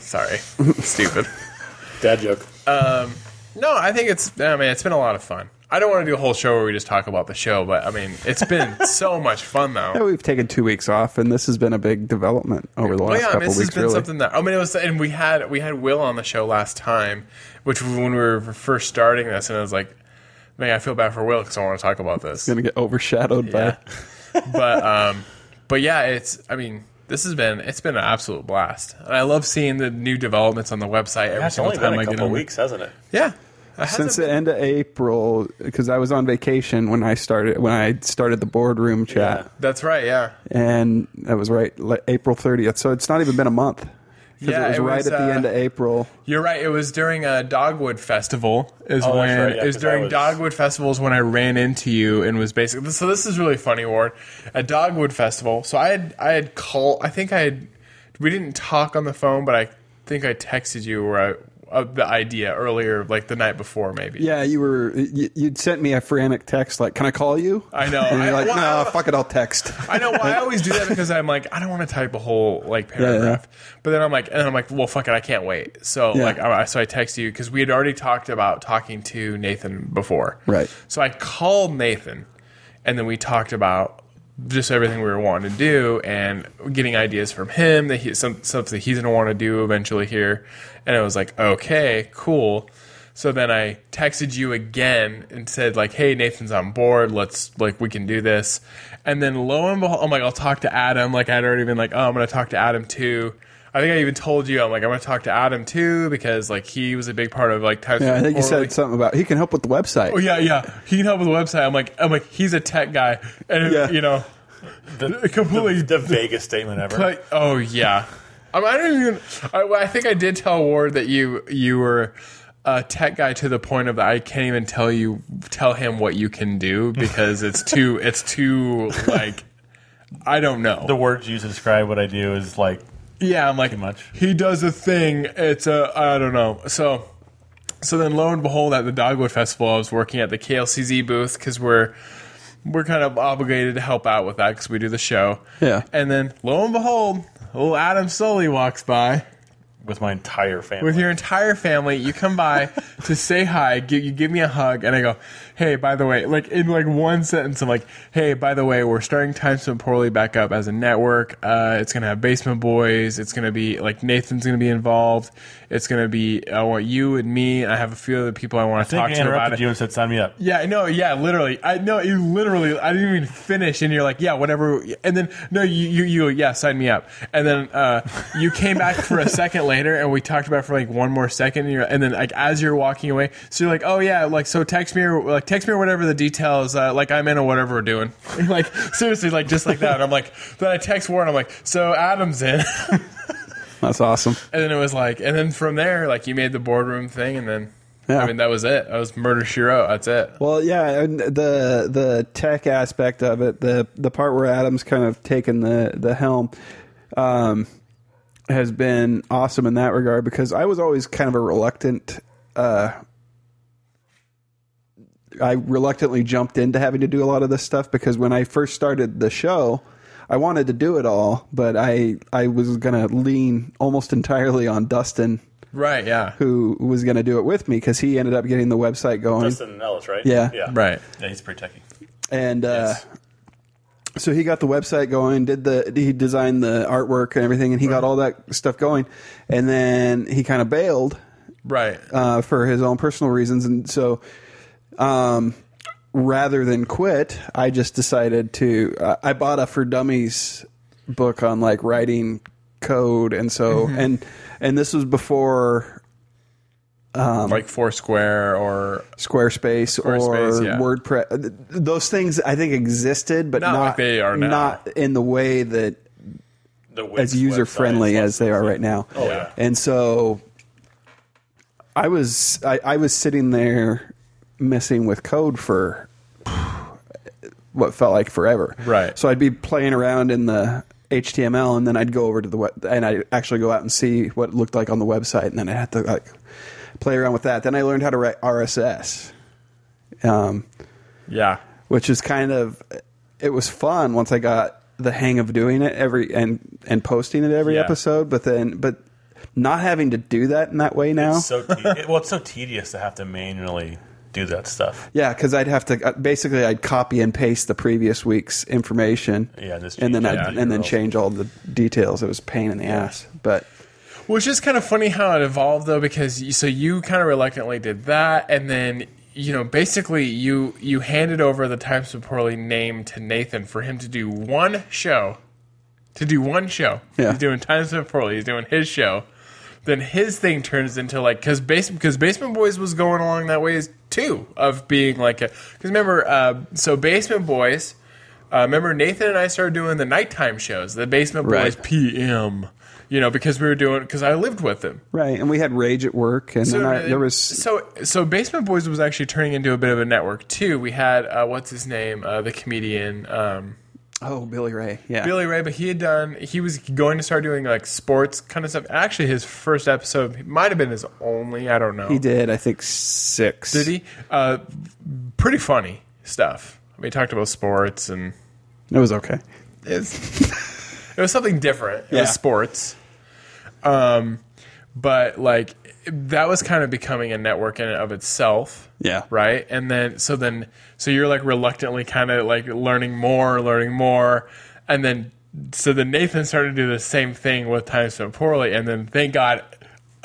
Sorry, stupid. Um, Dad joke. No, I think it's. I mean, it's been a lot of fun. I- I don't want to do a whole show where we just talk about the show, but I mean, it's been so much fun though. Yeah, we've taken two weeks off, and this has been a big development over the Well, last yeah, I mean, couple this has weeks. been Really, something that I mean, it was, and we had we had Will on the show last time, which was when we were first starting this, and I was like, man, I feel bad for Will because I want to talk about this, going to get overshadowed yeah. by. but um, but yeah, it's I mean, this has been it's been an absolute blast, and I love seeing the new developments on the website every It's single only time been I a get couple on. weeks, hasn't it? Yeah, It hasn't- Since the end of April, because I was on vacation when I started when I started the boardroom chat, that's right, yeah. and that was right like, April thirtieth. So it's not even been a month. 'Cause Yeah, it was it right was, at the uh, end of April. You're right. It was during a Dogwood Festival. Is Oh, that's when right, yeah, it was 'cause I during was- Dogwood Festivals when I ran into you and was basically. So this is really funny, Ward. At Dogwood Festival, so I had I had called. I think I had. We didn't talk on the phone, but I think I texted you or I. Of the idea earlier, like the night before, maybe. Yeah, you were you, you'd sent me a frantic text like, "Can I call you?" I know. And you're I- like, well, "No, I- fuck it, I'll text." I know. Well, I always do that because I'm like, I don't want to type a whole like paragraph. But then I'm like, and then I'm like, well, fuck it, I can't wait. So Yeah. like, I, so I text you because we had already talked about talking to Nathan before, Right. So I called Nathan, and then we talked about just everything we were wanting to do and getting ideas from him that he some stuff that he's gonna want to do eventually here. And I was like, okay, cool. So then I texted you again and said like, "Hey, Nathan's on board. Let's like we can do this." And then lo and behold, I'm like, "I'll talk to Adam." Like I'd already been like, "Oh, I'm gonna talk to Adam too." I think I even told you I'm like, "I'm gonna talk to Adam too" because like he was a big part of like Times. Yeah, I think you Quarterly. said something about he can help with the website. Oh yeah, yeah. He can help with the website. I'm like, I'm like, he's a tech guy, and Yeah. you know, completely. The vaguest statement ever. like, oh yeah. I, mean, I don't even. I, well, I think I did tell Ward that you you were a tech guy to the point of I can't even tell you tell him what you can do because it's too it's too like. I don't know. the words used to describe what I do is like Yeah, I'm like much. He does a thing. It's a I don't know. So so then lo and behold, at the Dogwood Festival, I was working at the KLCZ booth because we're we're kind of obligated to help out with that because we do the show. Yeah. And then lo and behold, little Adam Sully walks by with my entire family. with your entire family. You come by to say hi. Give, you give me a hug, and I go, "Hey, by the way," like in like one sentence, I'm like, "Hey, by the way, we're starting Time Spent Poorly back up as a network. Uh, it's gonna have Basement Boys. It's gonna be like Nathan's gonna be involved. It's gonna be I want you and me. and I have a few other people I want to I talk think I to about interrupted it. you and said, "Sign me up." Yeah, no, yeah, literally. I no, you literally. I didn't even finish, and you're like, yeah, whatever. And then no, you, you, you yeah, sign me up. And then uh, you came back for a second later, and we talked about it for like one more second. And, you're, and then like as you're walking away, so you're like, oh yeah, like so text me or like text me or whatever the details. Uh, like I'm in or whatever we're doing. like seriously, like just like that. And I'm like, then I text Warren. I'm like, so Adam's in. That's awesome. And then it was like, and then from there, like you made the boardroom thing, and then. Yeah. I mean that was it. That was murder Shiro. That's it. Well, yeah, and the the tech aspect of it, the the part where Adam's kind of taken the the helm, um, has been awesome in that regard because I was always kind of a reluctant. Uh, I reluctantly jumped into having to do a lot of this stuff because when I first started the show, I wanted to do it all, but I I was gonna lean almost entirely on Dustin, Right. Yeah. who was gonna do it with me because he ended up getting the website going. Justin Ellis, right? Yeah. yeah, Right. Yeah, he's pretty techy. and uh, so he got the website going did the he designed the artwork and everything and he got all that stuff going and then he kind of bailed Right. uh, for his own personal reasons and so um, rather than quit i just decided to uh, i bought a for dummies book on like writing code and so and and this was before like Foursquare or Squarespace, Squarespace, or yeah. WordPress. Th- Those things I think existed, but Not not, like they are now. Not in the way that The Wix as user friendly website. as they are right now. Oh, yeah. And so I was I, I was sitting there messing with code for what felt like forever. Right. So I'd be playing around in the HTML and then I'd go over to the web and I'd actually go out and see what it looked like on the website and then I'd have to like play around with that. Then I learned how to write RSS. Um, yeah. which is kind of it was fun once I got the hang of doing it every and and posting it every Yeah. episode. But then, but not having to do that in that way now, So te- it- well, it's so tedious to have to manually do that stuff. Yeah, because I'd have to uh, basically I'd copy and paste the previous week's information. Yeah, just and then change I'd, it. and then change all the details. It was a pain in the ass, but Which is kind of funny how it evolved though, because you, so you kind of reluctantly did that, and then you know basically you you handed over the Times of Poorly name to Nathan for him to do one show, to do one show. Yeah. He's doing Times of Poorly. He's doing his show. Then his thing turns into like because base because Basement Boys was going along that way too of being like a because remember uh, so Basement Boys. Uh, remember Nathan and I started doing the nighttime shows, the Basement Right. Boys PM. You know, because we were doing because I lived with them. right. And we had rage at work, and then I, it- there was so so Basement Boys was actually turning into a bit of a network too. We had uh, what's his name, uh, the comedian um, oh Billy Ray, yeah, Billy Ray, but he had done he was going to start doing like sports kind of stuff. Actually, his first episode might have been his only. I don't know. he did I think six. Did he? Uh, pretty funny stuff. We talked about sports and It was okay. it's, it was something different. It Yeah. was sports. Um, but like that was kind of becoming a network in and of itself. Yeah, Right. And then, so then, so you're like reluctantly kind of like learning more, learning more. And then, so then Nathan started to do the same thing with Time Spent Poorly. And then, thank God,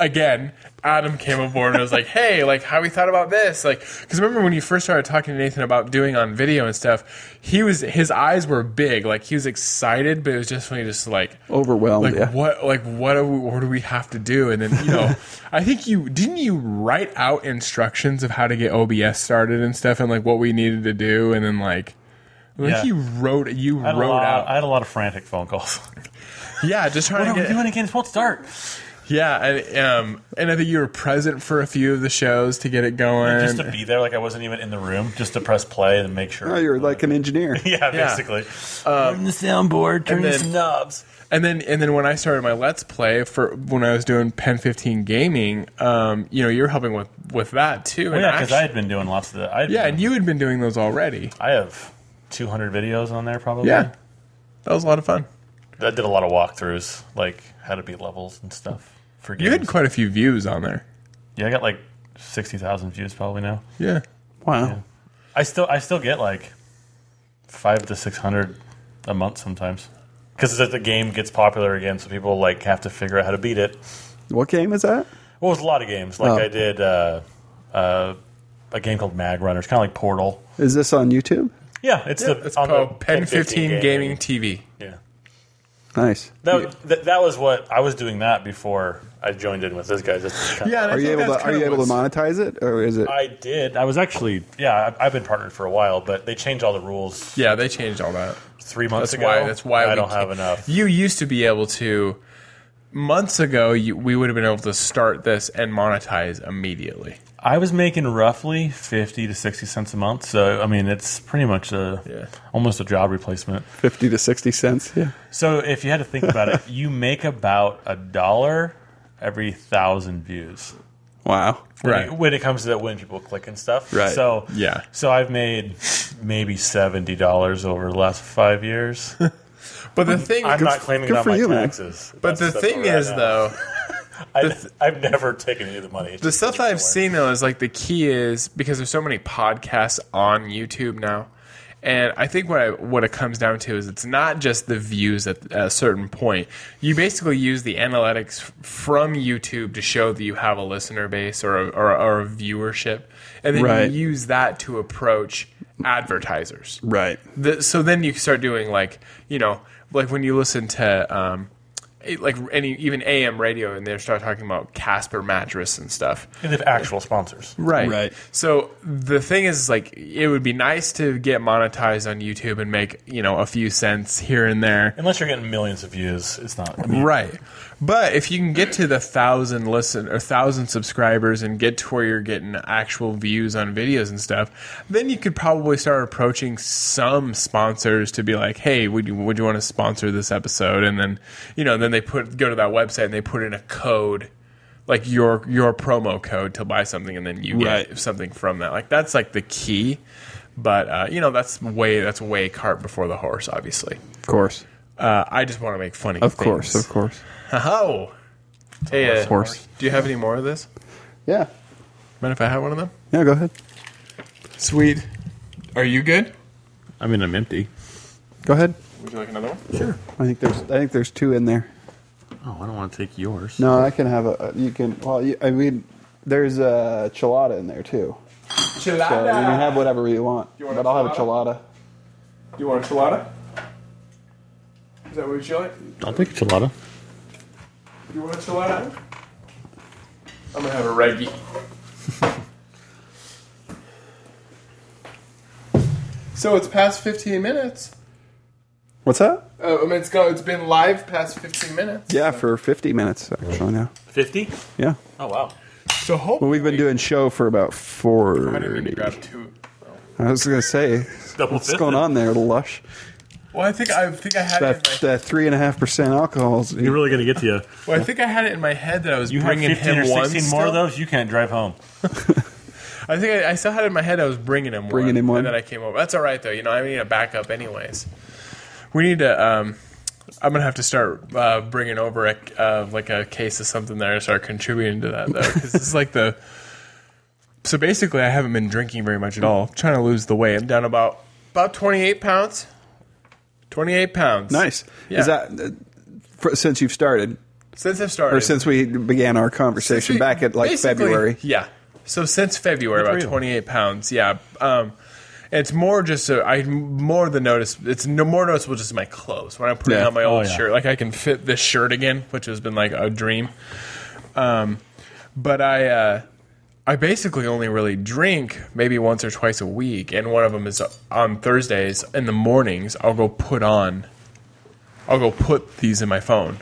again, Adam came aboard and was like, hey, like, how we thought about this? Like, because remember when you first started talking to Nathan about doing on video and stuff, he was, his eyes were big. Like, he was excited, but it was just when he just like, Overwhelmed. like yeah. what like what do we what do we have to do and then you know i think you didn't you write out instructions of how to get obs started and stuff and like what we needed to do and then like I think Yeah. you wrote you I had, a wrote lot, out I had a lot of frantic phone calls. yeah just trying what to are we get doing again? It won't start. yeah and um and i think you were present for a few of the shows to get it going Just to be there, like I wasn't even in the room, just to press play and make sure. Oh, you're like an engineer. yeah, basically. turn the soundboard, turn Um, then- the knobs. And then and then when I started my Let's Play for when I was doing Pen 15 gaming, um, you know, you're helping with with that too. Well, and Oh, yeah, because actu- I had been doing lots of the. I'd yeah, been- and you had been doing those already. I have 200 videos on there probably. Yeah. That was a lot of fun. I did a lot of walkthroughs, like how to beat levels and stuff. For You had games. quite a few views on there. yeah, I got like 60,000 views probably now. Yeah. Wow. I still I still get like five to 600 a month sometimes because the game gets popular again, so people like have to figure out how to beat it. What game is that? Well, it was a lot of games. Like Oh. I did uh, uh, a game called Mag Runners, kind of like Portal. Is this on YouTube? Yeah, it's the It's on the called Pen 15 game. Gaming TV. Yeah. Nice. That, that, that was what I was doing that before I joined in with those guys. That's kind of- Yeah. Are you able to Are you able to monetize it, or is it? I did. I was actually, yeah, I've, I've been partnered for a while, but they changed all the rules Yeah, they changed all that. three months That's ago. why. That's why I we don't can't- have enough. You used to be able to. Months ago, you, we would have been able to start this and monetize immediately. I was making roughly fifty to sixty cents a month, so I mean it's pretty much a Yeah. almost a job replacement. Fifty to sixty cents. Yeah. So if you had to think about it, you make about a dollar every thousand views. Wow. Right. When it comes to when people click and stuff. Right. So Yeah. So I've made maybe seventy dollars over the last five years. But the thing, I'm not claiming it good on for my you, man. taxes. but the thing is though, I, I've never taken any of the money. the stuff that I've seen though is like the key is because there's so many podcasts on YouTube now, and I think what I, what it comes down to is it's not just the views at, at a certain point. You basically use the analytics f- from YouTube to show that you have a listener base or a, or, a- or a viewership, and then Right. you use that to approach advertisers Right. the, so then you start doing like you know like when you listen to um it- like any even AM radio and they start talking about Casper mattress and stuff. And they have actual sponsors. Right. Right. So the thing is like it would be nice to get monetized on YouTube and make, you know, a few cents here and there. Unless you're getting millions of views, it's not. I mean, Right. But if you can get to the thousand listen or thousand subscribers and get to where you're getting actual views on videos and stuff, then you could probably start approaching some sponsors to be like, "Hey, would you would you want to sponsor this episode?" And then you know, then they put go to that website and they put in a code. Like your your promo code to buy something, and then you get Right. something from that. Like that's like the key, but uh, you know that's way that's way cart before the horse. Obviously, Of course. uh, I just want to make funny. Of course. things. Of course. Oh. Hey, uh, horse. do you have any more of this? Yeah. Mind if I have one of them? Yeah. Go ahead. Sweet. Are you good? I mean, I'm empty. Go ahead. Would you like another one? Sure. I think there's I think there's two in there. Oh, I don't want to take yours. No, I can have a. You can. Well, you, I mean, there's a chilada in there too. So you can have whatever you want. You want a but I'll have a chilada. You want a chilada? Is that what you like? I'll take a chilada. You want a chilada? I'm gonna have a reggie. so it's past 15 minutes. What's that? Uh, I mean, it's go. It's been live past 15 minutes. Yeah, for 50 minutes actually now. 50? Yeah. Oh, wow. So hopefully Well, we've been doing show for about four. I didn't mean to grab two. I was gonna say, Double what's going on there, lush? Well, I think I think I had That it. In that three and a half percent alcohol. is- You're really going to get to you. my, well, I think I had it in my head that I was You have bringing 15 him or one 16 more still. of those, you can't drive home. I think I, I still had it in my head I was bringing him Bringing one. him one. And then I came over. That's all right, though. You know, I need a backup anyways. We need to. Um, I'm gonna have to start uh, bringing over a, uh, like a case of something there to start contributing to that though, because it's like the. So basically, I haven't been drinking very much at all. I'm trying to lose the weight. I'm down about about 28 pounds. 28 pounds. Nice. Yeah. Is that uh, for, since you've started Since I've started, or since we began our conversation back at like Basically, February? Yeah. So since February, for about you. 28 pounds. Yeah. Um, it's more just a, I more than notice. It's no more noticeable just in my clothes when I'm putting Yeah. on my Oh, old yeah. shirt. Like I can fit this shirt again, which has been like a dream. Um, but I uh, I basically only really drink maybe once or twice a week, and one of them is on Thursdays in the mornings. I'll go put on. I'll go put these in my phone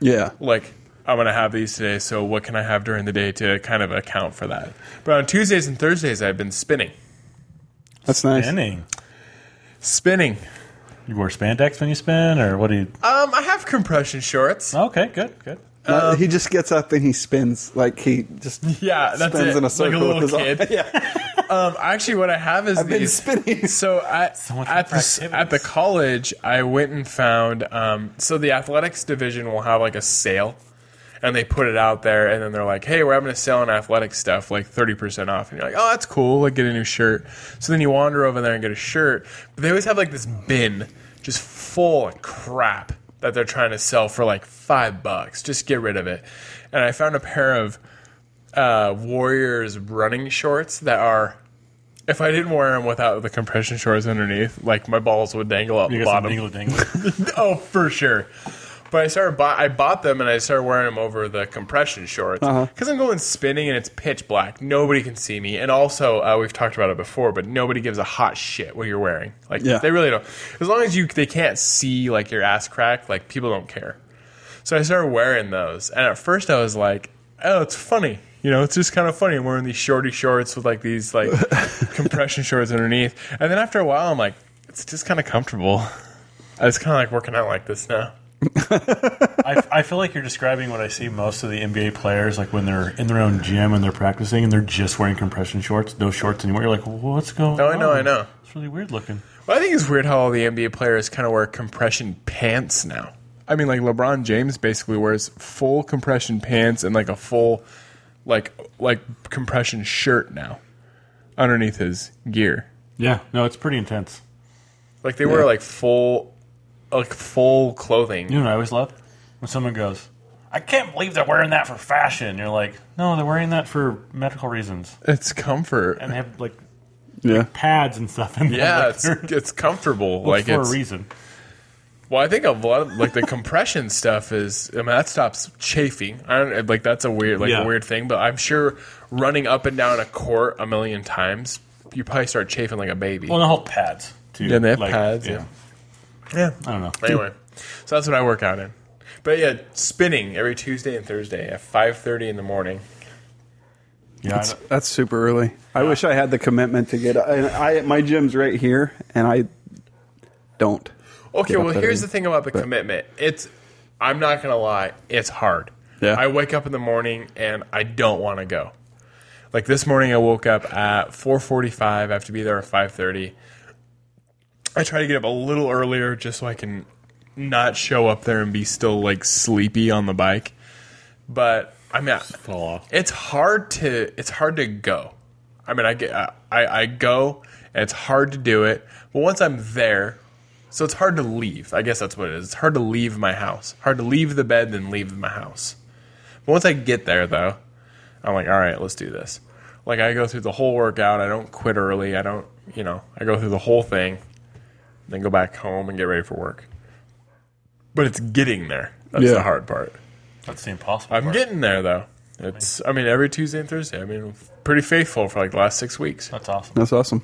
Yeah. like I'm gonna have these today, so what can I have during the day to kind of account for that? But on Tuesdays and Thursdays, I've been spinning, That's nice. Spinning. spinning. You wear spandex when you spin, or what do you. Um, I have compression shorts. Okay, good, good. Uh, he just gets up and he spins like he just Yeah, that's spins it. in a Like a circle little with his kid. arm. Yeah, Um, actually, what I have is I've been these. spinning. So at much at for the, s- activities. at the college, I went and found. Um, so the athletics division will have like a sale, and they put it out there, and then they're like, "Hey, we're having a sale on athletic stuff, like thirty percent off." And you're like, "Oh, that's cool. Like, get a new shirt." So then you wander over there and get a shirt, but they always have like this bin just full of crap that they're trying to sell for like five bucks. Just get rid of it. And I found a pair of uh, Warriors running shorts that are. If I didn't wear them without the compression shorts underneath, like my balls would dangle out You the got some bottom. dingle dingle. oh, for sure. But I started buy- I bought them and I started wearing them over the compression shorts because I'm going spinning and it's pitch black. Nobody can see me, and also uh, we've talked about it before, but nobody gives a hot shit what you're wearing. Like Yeah. they really don't. As long as you they can't see like your ass crack, like people don't care. So I started wearing those, and at first I was like, "Oh, it's funny." You know, it's just kind of funny. I'm wearing these shorty shorts with like these like compression shorts underneath, and then after a while, I'm like, "It's just kind of comfortable." I was kind of like working out like this now. I, I feel like you're describing what I see most of the NBA players, like when they're in their own gym and they're practicing and they're just wearing compression shorts, no shorts anymore. You're like, what's going Oh, on? I know, I know. It's really weird looking. Well, I think it's weird how all the NBA players kind of wear compression pants now. I mean, like LeBron James basically wears full compression pants and like a full, like like compression shirt now, underneath his gear. Yeah, no, it's pretty intense. Like they wear like full, like full clothing. You know what I always love? When someone goes, I can't believe they're wearing that for fashion. You're like, no, they're wearing that for medical reasons. It's comfort. And they have like yeah. pads and stuff. And Yeah, like, it's they're- it's comfortable. like for it's a reason. well, I think a lot of like the compression stuff is. I mean, that stops chafing. I don't like that's a weird like Yeah. a weird thing. But I'm sure running up and down a court a million times, you probably start chafing like a baby. Well, the whole pads too. Yeah, they have pads, yeah. yeah. I don't know. Anyway, so that's what I work out in. But yeah, spinning every Tuesday and Thursday at five thirty in the morning. Yeah, I That's, don't- that's super early. I wish I had the commitment to get. And I my gym's right here, and I don't. Okay, Get up well, that here's early. the thing about the commitment. It's, I'm not gonna lie, it's hard. Yeah. I wake up in the morning and I don't want to go. Like this morning, I woke up at 4:45. I have to be there at 5:30. I try to get up a little earlier just so I can not show up there and be still like sleepy on the bike. But I mean, I- fall off. it's hard to it's hard to go. I mean, I get, I, I go. And it's hard to do it, but once I'm there, so it's hard to leave. I guess that's what it is. It's hard to leave my house. Hard to leave the bed then leave my house. But once I get there, though, I'm like, all right, let's do this. Like I go through the whole workout. I don't quit early. I don't, you know, I go through the whole thing, then go back home and get ready for work. But it's getting there. That's Yeah. the hard part. That's the impossible. I'm part. getting there though. It's I mean every Tuesday and Thursday. I mean pretty faithful for like the last six weeks, That's awesome. That's awesome.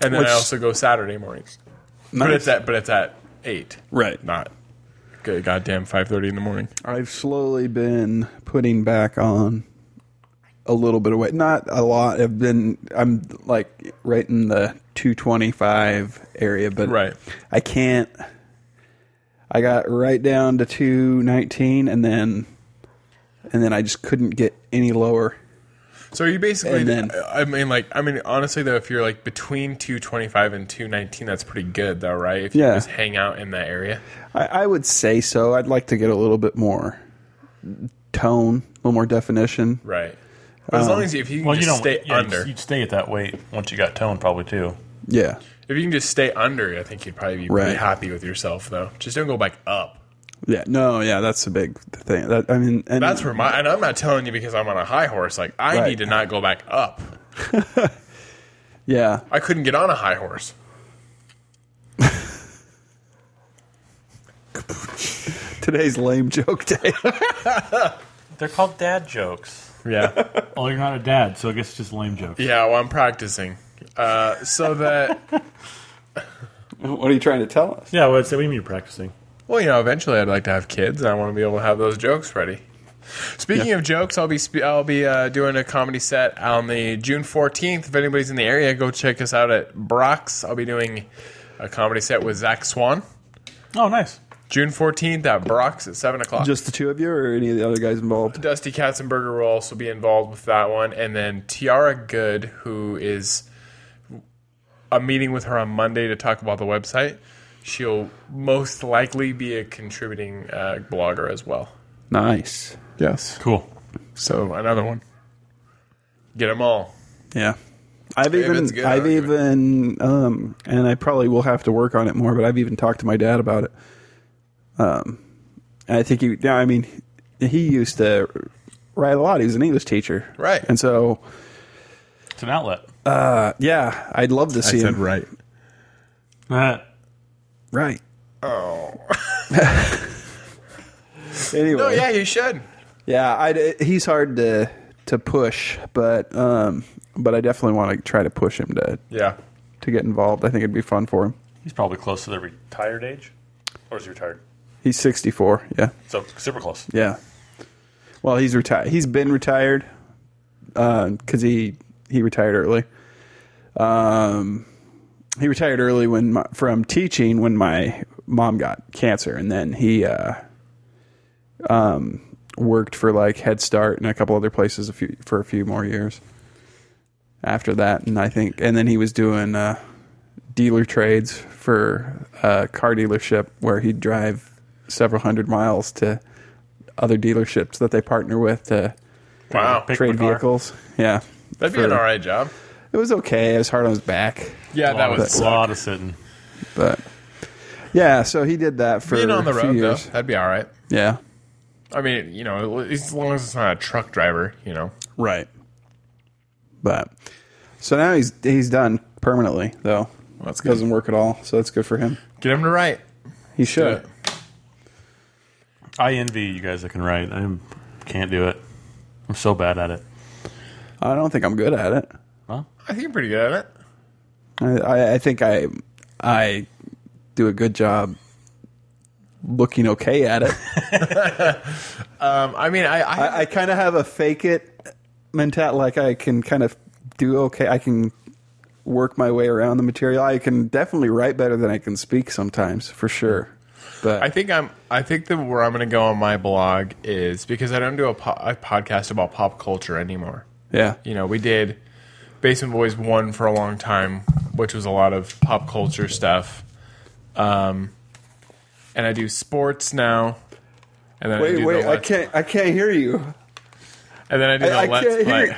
and then Which- I also go Saturday mornings. But it's at but it's at eight, Right. not good goddamn five thirty in the morning. I've slowly been putting back on a little bit of weight. Not a lot. I've been I'm like right in the 225 area, but Right. I can't I got right down to 219 and then and then I just couldn't get any lower. So you basically And then- I mean like I mean honestly though if you're like between two twenty five and two nineteen that's pretty good though right if Yeah. you just hang out in that area. I, I would say so. I'd like to get a little bit more tone, a little more definition. Right. But Um, as long as you, if you can Well, you just don't stay yeah, under, You'd stay at that weight once you got toned, probably too. Yeah. if you can just stay under, I think you'd probably be Right. pretty happy with yourself though. Just don't go back up. Yeah. No, yeah, that's the big thing. That I mean and That's where my and I'm not telling you because I'm on a high horse. Like I Right. need to not go back up. yeah. I couldn't get on a high horse. Today's lame joke day. They're called dad jokes. Yeah, Well, you're not a dad, so I guess it's just lame jokes. yeah. Well, I'm practicing. Uh, so that what are you trying to tell us? Yeah, well, it's, what do you mean you're practicing? well, you know, eventually I'd like to have kids, and I want to be able to have those jokes ready. Speaking of jokes, I'll be sp- I'll be uh, doing a comedy set on the June 14th. If anybody's in the area, go check us out at Brock's. I'll be doing a comedy set with Zach Swan. Oh, nice. June 14th at Brock's at seven o'clock. Just the two of you, or any of the other guys involved? Dusty Katzenberger will also be involved with that one. And then Tiara Good, who is a meeting with her on Monday to talk about the website. She'll most likely be a contributing uh, blogger as well. Nice. Yes. Cool. So Oh, another one. Get them all. Yeah. I've If even, it's good, I've I'll do it. even, um, and I probably will have to work on it more. But I've even talked to my dad about it. Um, and I think he. Yeah, I mean, he used to write a lot. He was an English teacher, Right. And so, It's an outlet. uh, yeah, I'd love to see him. right. Right. Oh. anyway. Oh yeah, you should. Yeah, I he's hard to to push, but um, but I definitely want to try to push him to Yeah. to get involved. I think it'd be fun for him. He's probably close to the retired age, or is he retired? He's sixty four. Yeah, So super close. yeah. Well, he's retired. He's been retired because uh, he he retired early. Um, he retired early when my, from teaching when my mom got cancer, and then he uh, um, worked for like Head Start and a couple other places a few for a few more years after that, and I think, and then he was doing uh, dealer trades for a car dealership where he'd drive several hundred miles to other dealerships that they partner with to Wow. Pick- trade my car. vehicles. Yeah. That'd be an for- all right job. It was okay. It was hard on his back, Yeah, that was was a lot of sitting. but yeah. So he did that for being on the a few road though. years. That'd be all right. Yeah, I mean, you know, as long as it's not a truck driver, you know. right. But so now he's he's done permanently though. that's good. Doesn't work at all, so that's good for him. Get him to write. He should. it. I envy you guys that can write. I am- can't do it. I'm so bad at it. I don't think I'm good at it. I think you're pretty good at it. I, I, I think I I do a good job looking okay at it. Um, I mean, I, I, I, I kind of have a fake it mentality. Like I can kind of do okay. I can work my way around the material. I can definitely write better than I can speak sometimes, for sure. But I think I'm. I think that where I'm going to go on my blog is because I don't do a, po- a podcast about pop culture anymore. yeah, You know, we did Basement Boys one for a long time, which was a lot of pop culture stuff. Um, and I do sports now. And then I wait, do wait, the I let's, can't, I can't hear you. And then I do the I, I let's can't hear. play. You.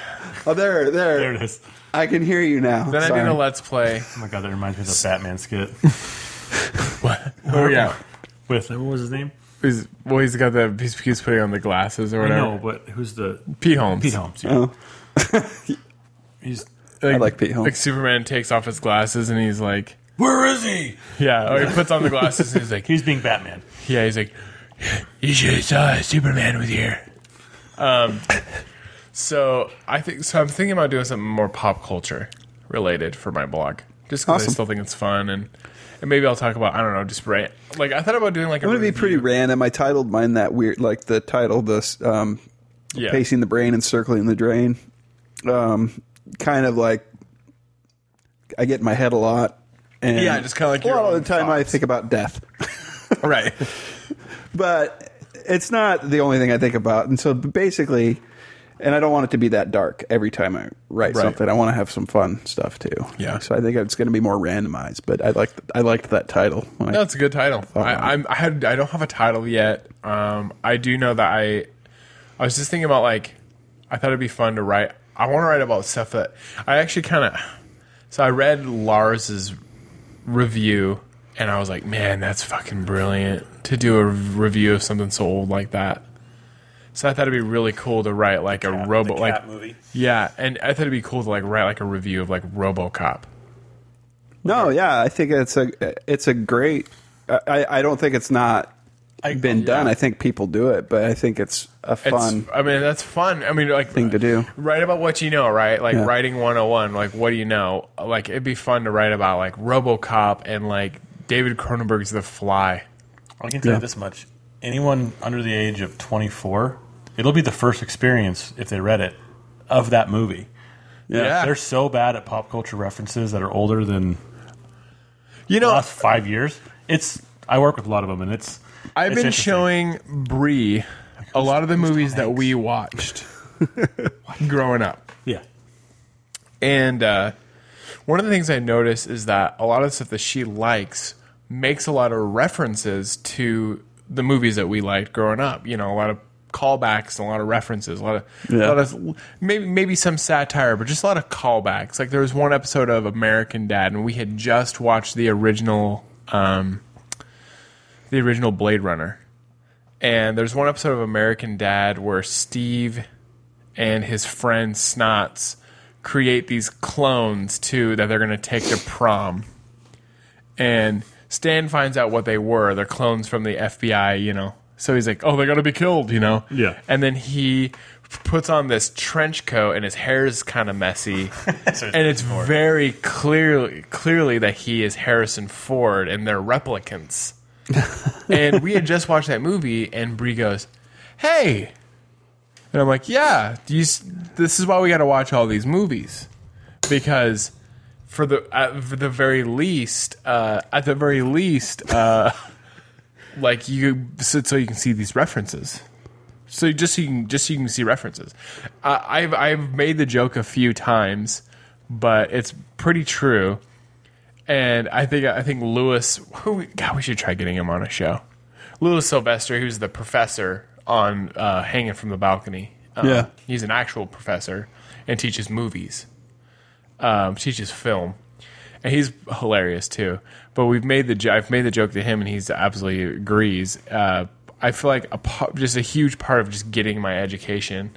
Oh, there, there. There it is. I can hear you now. Then I Sorry. did a let's play. Oh my god, that reminds me of the Batman skit Oh yeah, with what was his name? he's, well he's got the he's, he's putting on the glasses or I whatever. know, but who's the Pete Holmes. Pete Holmes? Yeah. Oh. He's Like, I like Pete Holmes. Like Superman takes off his glasses and he's like, where is he? yeah. Or he puts on the glasses and he's like, He's being Batman. yeah. He's like, you should have saw uh, Superman with here. Um, so I think so. I'm thinking about doing something more pop culture related for my blog, just because Awesome. I still think it's fun and. And maybe I'll talk about I don't know just rant like I thought about doing like a I'm gonna be review. pretty random. I titled mine that weird, like the title, this um, yeah. pacing the brain and circling the drain. Um, kind of like I get in my head a lot. And Yeah, just kinda like a your lot of own the time I thoughts. think about death, right but it's not the only thing I think about. And so basically, and I don't want it to be that dark every time I write Right. something. I want to have some fun stuff too. Yeah. So I think it's going to be more randomized. But I like I liked that title. When I, No, it's a good title. I, I'm I had I don't have a title yet. Um, I do know that I I was just thinking about like I thought it'd be fun to write. I want to write about stuff that I actually kind of. So I read Lars's review and I was like, man, that's fucking brilliant to do a review of something so old like that. So I thought it'd be really cool to write like a robot, Oh, the like cat movie. yeah, and I thought it'd be cool to like write like a review of like RoboCop. No, yeah, I think it's a it's a great. I- I, I don't think it's not been done. I think people do it, but I think it's a fun. It's, I mean, that's fun. I mean, like Thing to do. Write about what you know, right? Like Yeah. writing 101. Like what do you know? Like it'd be fun to write about like RoboCop and like David Cronenberg's The Fly. I can tell Yeah. you this much: anyone under the age of 24, it'll be the first experience if they read it of that movie. Yeah. They're so bad at pop culture references that are older than the You know, last five years. It's I work with a lot of them, and it's I've it's been interesting. showing Bree a lot of the movies that we watched growing up. yeah. And uh, one of the things I notice is that a lot of the stuff that she likes makes a lot of references to the movies that we liked growing up. You know, a lot of callbacks, and a lot of references, a lot of, Yeah. a lot of maybe maybe some satire, but just a lot of callbacks. Like there was one episode of American Dad, and we had just watched the original, um, the original Blade Runner. And there's one episode of American Dad where Steve and his friend Snots create these clones too that they're going to take to prom. And Stan finds out what they were. They're clones from the FBI, you know. So he's like, "Oh, they're going to be killed," you know. Yeah. And then he puts on this trench coat and his hair is kind of messy. and it's very clearly clearly that he is Harrison Ford and they're replicants. and we had just watched that movie and Brie goes, "Hey, and I'm like, yeah, do you, s- this is why we got to watch all these movies because for the at the very least, uh, at the very least, uh, like you so, so you can see these references. So just so you can just so you can see references. Uh, I've I've made the joke a few times, but it's pretty true. And I think I think Lewis, who God, we should try getting him on a show. Louis Sylvester, who's the professor on uh, Hanging from the Balcony. Um, Yeah. He's an actual professor and teaches movies, um, teaches film. And he's hilarious too. But we've made the jo- I've made the joke to him, and he's absolutely agrees. Uh, I feel like a po- just a huge part of just getting my education,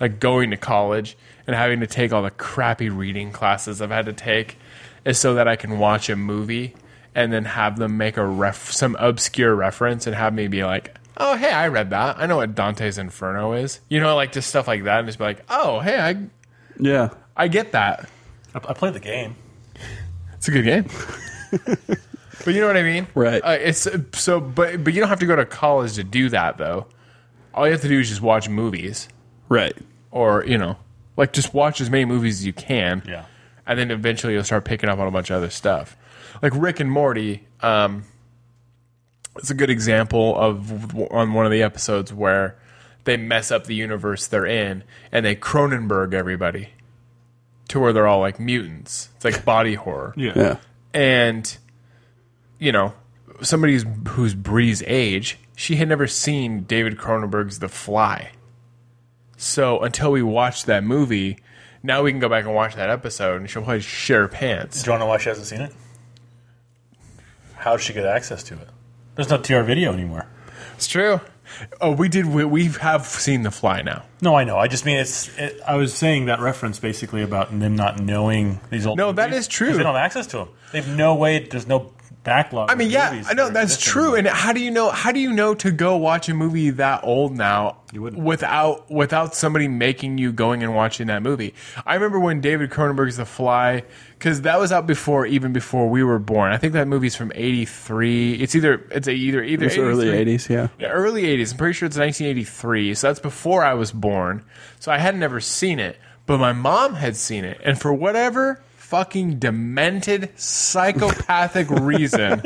like going to college and having to take all the crappy reading classes I've had to take, is so that I can watch a movie and then have them make a ref some obscure reference and have me be like. Oh hey, I read that. I know what Dante's Inferno is. You know, like just stuff like that, and just be like, "Oh hey, I yeah, I get that. I, I played the game. It's a good game. but you know what I mean, Right. Uh, it's so, but but you don't have to go to college to do that though. All you have to do is just watch movies, right. or you know, like just watch as many movies as you can. Yeah. and then eventually you'll start picking up on a bunch of other stuff, like Rick and Morty. Um, it's a good example of on one of the episodes where they mess up the universe they're in and they Cronenberg everybody to where they're all like mutants. It's like body horror Yeah, and you know somebody who's, who's Bree's age, she had never seen David Cronenberg's The Fly. So until we watched that movie, Now we can go back and watch that episode, and she'll probably shit her pants. Do you want to know why she hasn't seen it? How did she get access to it? There's no TR video anymore. It's true. Oh, we did. We, we have seen the fly now. No, I know. I just mean it's. It, I was saying that reference basically about them not knowing these old. No, that that is is true. They don't have access to them. They have no way. There's no backlog. I mean, yeah, I know that's true. And how do you know? How do you know to go watch a movie that old now You wouldn't. without without somebody making you going and watching that movie? I remember when David Cronenberg's The Fly, because that was out before even before we were born. I think that movie's from '83. It's either it's a either either It's early 83 80s, yeah. yeah, early 80s. I'm pretty sure it's 1983. So that's before I was born. So I had never seen it, but my mom had seen it. And for whatever fucking demented psychopathic reason,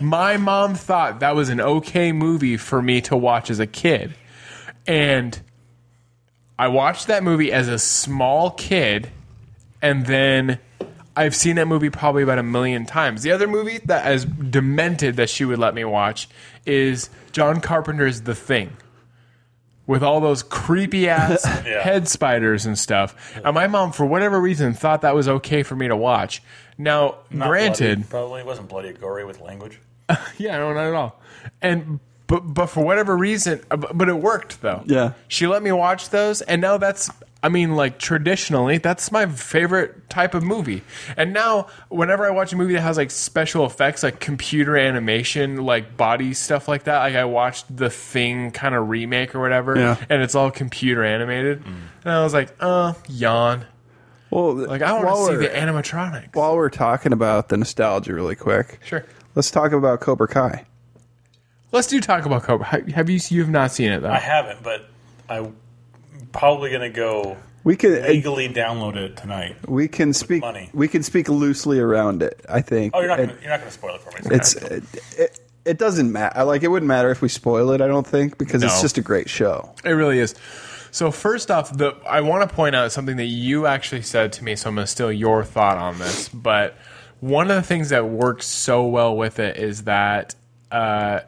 my mom thought that was an okay movie for me to watch as a kid. And I watched that movie as a small kid and then I've seen that movie probably about a million times. The other movie that as demented that she would let me watch is John Carpenter's The Thing. With all those creepy ass head spiders and stuff. And my mom, for whatever reason, thought that was okay for me to watch. Now, granted, probably it wasn't bloody gory with language. yeah, no, not at all. And but but for whatever reason, uh, bu- but it worked though. Yeah. she let me watch those, and now that's. I mean, like traditionally, that's my favorite type of movie. And now, whenever I watch a movie that has like special effects, like computer animation, like body stuff like that, like I watched the Thing kind of remake or whatever, Yeah. and it's all computer animated, and I was like, uh, yawn. Well, Like I want to see the animatronics. while we're talking about the nostalgia really quick. sure, Let's talk about Cobra Kai. let's do talk about Cobra. Have- Have you you have not seen it though? I haven't, but I'm probably gonna go We can legally download it tonight. we can speak money. we can speak loosely around it, I think. Oh, you're not And gonna, you're not gonna spoil it for me. so- it's it, it, it doesn't matter. Like it wouldn't matter if we spoil it, I don't think, because No. it's just a great show. It really is. So first off, the I want to point out something that you actually said to me, so I'm gonna steal your thought on this. But one of the things that works so well with it is that uh,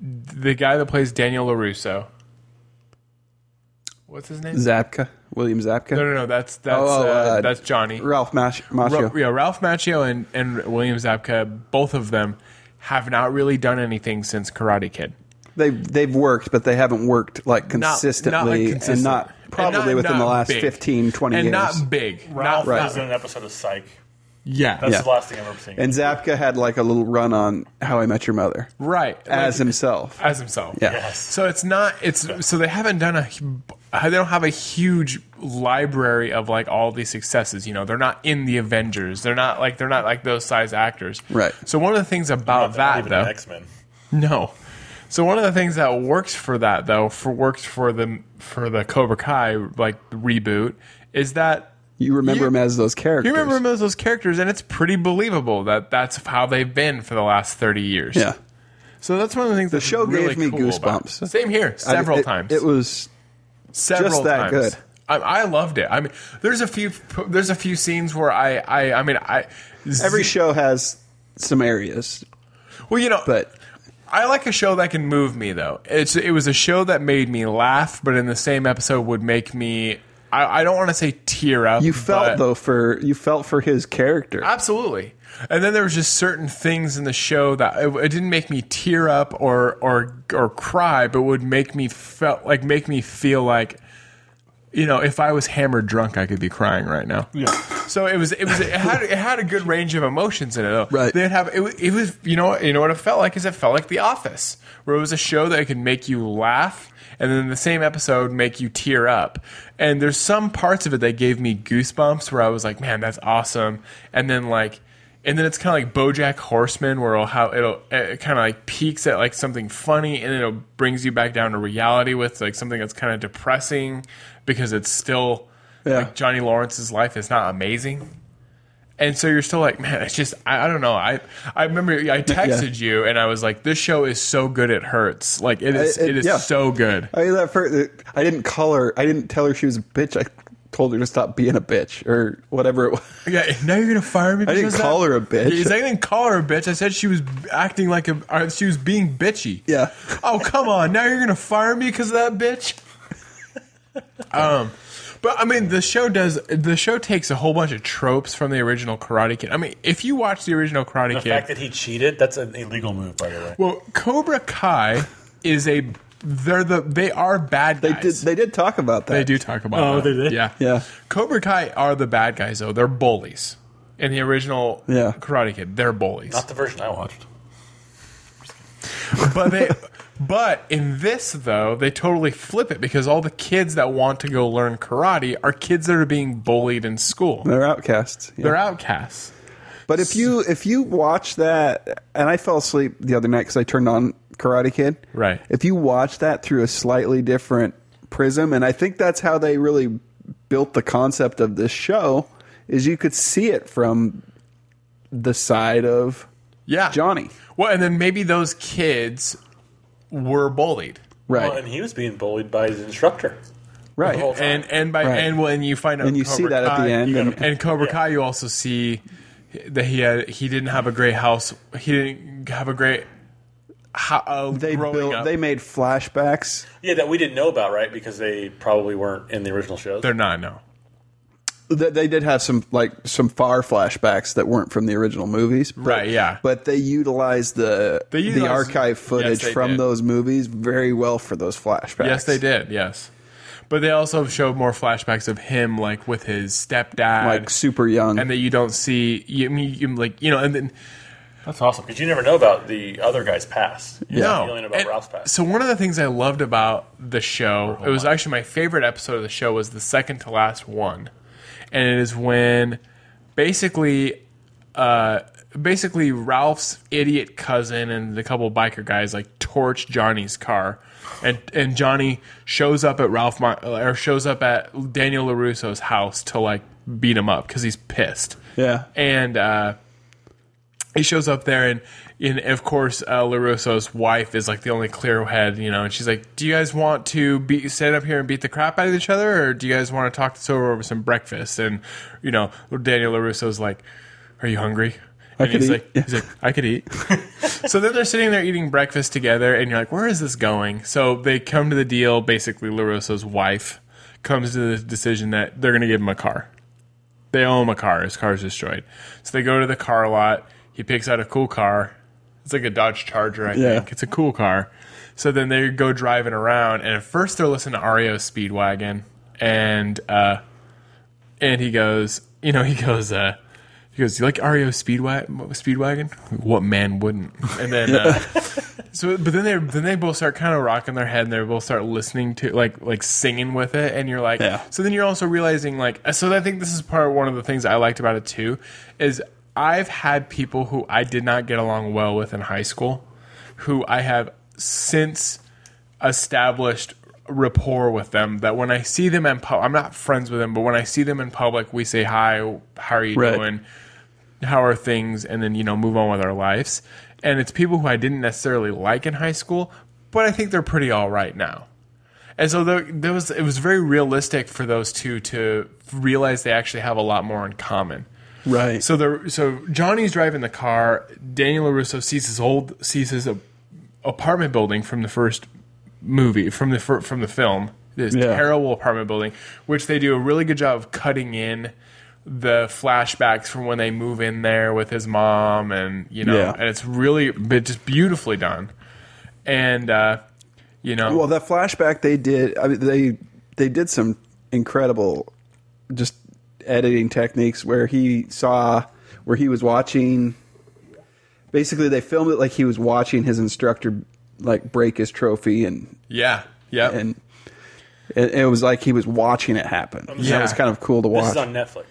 the guy that plays Daniel Larusso, what's his name? Zapka, William Zapka. no, no, no. That's that's Oh, oh, uh, uh, that's Johnny. Ralph Mash- Ra- Macchio. yeah, Ralph Macchio and and William Zabka, both of them have not really done anything since Karate Kid. They they've worked, but they haven't worked like Not- consistently not, like, consistent. and not probably not- within not the last big. 15, 20 and years. not big. Ralph not, was in an episode of Psych. yeah, That's Yeah. the last thing I've ever seen. and Zapka had like a little run on How I Met Your Mother right. Like, as himself. as himself. Yeah. yes. So it's not it's so they haven't done a hu- they don't have a huge library of like all these successes. You know, they're not in the Avengers. They're not like they're not like those size actors. Right. So one of the things about that though, X Men. no. So one of the things that works for that though, for works for the for the Cobra Kai like reboot is that You remember You- him as those characters. you remember most of those characters, and it's pretty believable that that's how they've been for the last thirty years. Yeah. So that's one of the things. The show gave me goosebumps. Same here, several I- it- times. It was several Just that times. good. I, I loved it. I mean, there's a few there's a few scenes where I I I mean I every show has some areas, well you know but I like a show that can move me though. It's it was a show that made me laugh, but in the same episode would make me I, I don't want to say tear up. you felt but- though for you felt for his character. Absolutely. And then there was just certain things in the show that it, it didn't make me tear up or or or cry, but would make me felt like make me feel like you know, if I was hammered drunk, I could be crying right now. Yeah. So it was, it was, it had, it had a good range of emotions in it. Though. Right. They'd have, it, wa- it was, you know, you know what it felt like is it felt like The Office, where it was a show that could make you laugh, and then the same episode make you tear up. And there's some parts of it that gave me goosebumps, where I was like, man, that's awesome. And then like. And then it's kind of like BoJack Horseman, where it'll how it'll it kind of like peaks at like something funny, and then it brings you back down to reality with like something that's kind of depressing, because it's still Yeah. like Johnny Lawrence's life is not amazing. And so you're still like, man, it's just I, I don't know. I I remember I texted you and I was like, this show is so good it hurts. Like it is It- it- it is yeah. so good. I mean, that first, I didn't call her. I didn't tell her she was a bitch. I told her to stop being a bitch or whatever it was. Yeah, now you're gonna fire me. I didn't because of call that? her a Yeah, bitch. he's like, I didn't call her a bitch. I said she was acting like a. or She was being bitchy. Yeah. Oh come on! Now you're gonna fire me because of that bitch. um, But I mean, the show does. The show takes a whole bunch of tropes from the original Karate Kid. I mean, if you watch the original Karate The Kid, fact that he cheated, that's an illegal move, by the way. well, Cobra Kai is a. They're the. They are bad They guys. did. They did talk about that. They do talk about. Oh, that. they did? Yeah, Yeah. Cobra Kai are the bad guys though. They're bullies. In the original Yeah. Karate Kid, they're bullies. Not the version I watched. but they, but in this though, they totally flip it because all the kids that want to go learn karate are kids that are being bullied in school. They're outcasts. Yeah. They're outcasts. But if you if you watch that, and I fell asleep the other night because I turned on Karate Kid. Right. If you watch that through a slightly different prism, and I think that's how they really built the concept of this show, is you could see it from the side of Yeah, Johnny. Well, and then maybe those kids were bullied, Right. Well, and he was being bullied by his instructor. right. whole time. and and by Right. and when you find out And you see that at the end, and- and Cobra Kai, you also see that he had he didn't have a great house. He didn't have a great. ho- Uh, they growing built. up. They made flashbacks. Yeah, that we didn't know about, right? Because they probably weren't in the original shows. They're not no. They, they did have some like some far flashbacks that weren't from the original movies, but, Right, yeah. But they utilized the They utilized- the archive footage Yes, they from did. those movies very well for those flashbacks. Yes, they did. Yes, but they also showed more flashbacks of him, like with his stepdad, Like super young. and that you don't see. You, I mean, you like you know, and then That's awesome. Because you never know about the other guy's past. You no. You only know about And Ralph's past. So one of the things I loved about the show, it was actually my favorite episode of the show, was the second to last one, and it is when basically. Uh, basically, Ralph's idiot cousin and the couple biker guys like torch Johnny's car, and and Johnny shows up at Ralph Mar- or shows up at Daniel Larusso's house to like beat him up because he's pissed Yeah. and uh, he shows up there, and and of course uh, Larusso's wife is like the only clear head, you know, and she's like, "Do you guys want to be stand up here and beat the crap out of each other, or do you guys want to talk this over over some breakfast?" And you know, Daniel Larusso's like, "Are you hungry?" And could he's eat. like, he's like, I could eat. so then they're sitting there eating breakfast together, and you're like, where is this going? So they come to the deal. Basically, Larusso's wife comes to the decision that they're going to give him a car they owe him a car. His car's destroyed. So they go to the car lot. He picks out a cool car. It's like a Dodge Charger, I Yeah. think. It's a cool car. So then they go driving around, and at first they're listening to REO Speedwagon, and uh, and he goes, you know, he goes, uh, he goes, you like REO Speedwa- Speedwagon? What man wouldn't? And then, uh, so but then they then they both start kind of rocking their head, and they both start listening to like like singing with it, and you're like, Yeah. So then you're also realizing like, so I think this is part of one of the things I liked about it too, is I've had people who I did not get along well with in high school, who I have since established rapport with them that when I see them in public, I'm not friends with them, but when I see them in public, we say hi, how are you Right. doing, how are things, and then you know move on with our lives. And it's people who I didn't necessarily like in high school, but I think they're pretty all right now. And so there, there was it was very realistic for those two to realize they actually have a lot more in common. Right. So the so Johnny's driving the car. Daniel Larusso sees his old sees his a, apartment building from the first movie from the fir- from the film. This Yeah. terrible apartment building, which they do a really good job of cutting in the flashbacks from when they move in there with his mom, and you know, Yeah. and it's really but just beautifully done. And uh, you know, well, that flashback they did. I mean, they they did some incredible just editing techniques where he saw where he was watching. Basically, they filmed it like he was watching his instructor like break his trophy and yeah, yeah, and it, it was like he was watching it happen. Oh, Yeah. That was kind of cool to watch. This is on Netflix.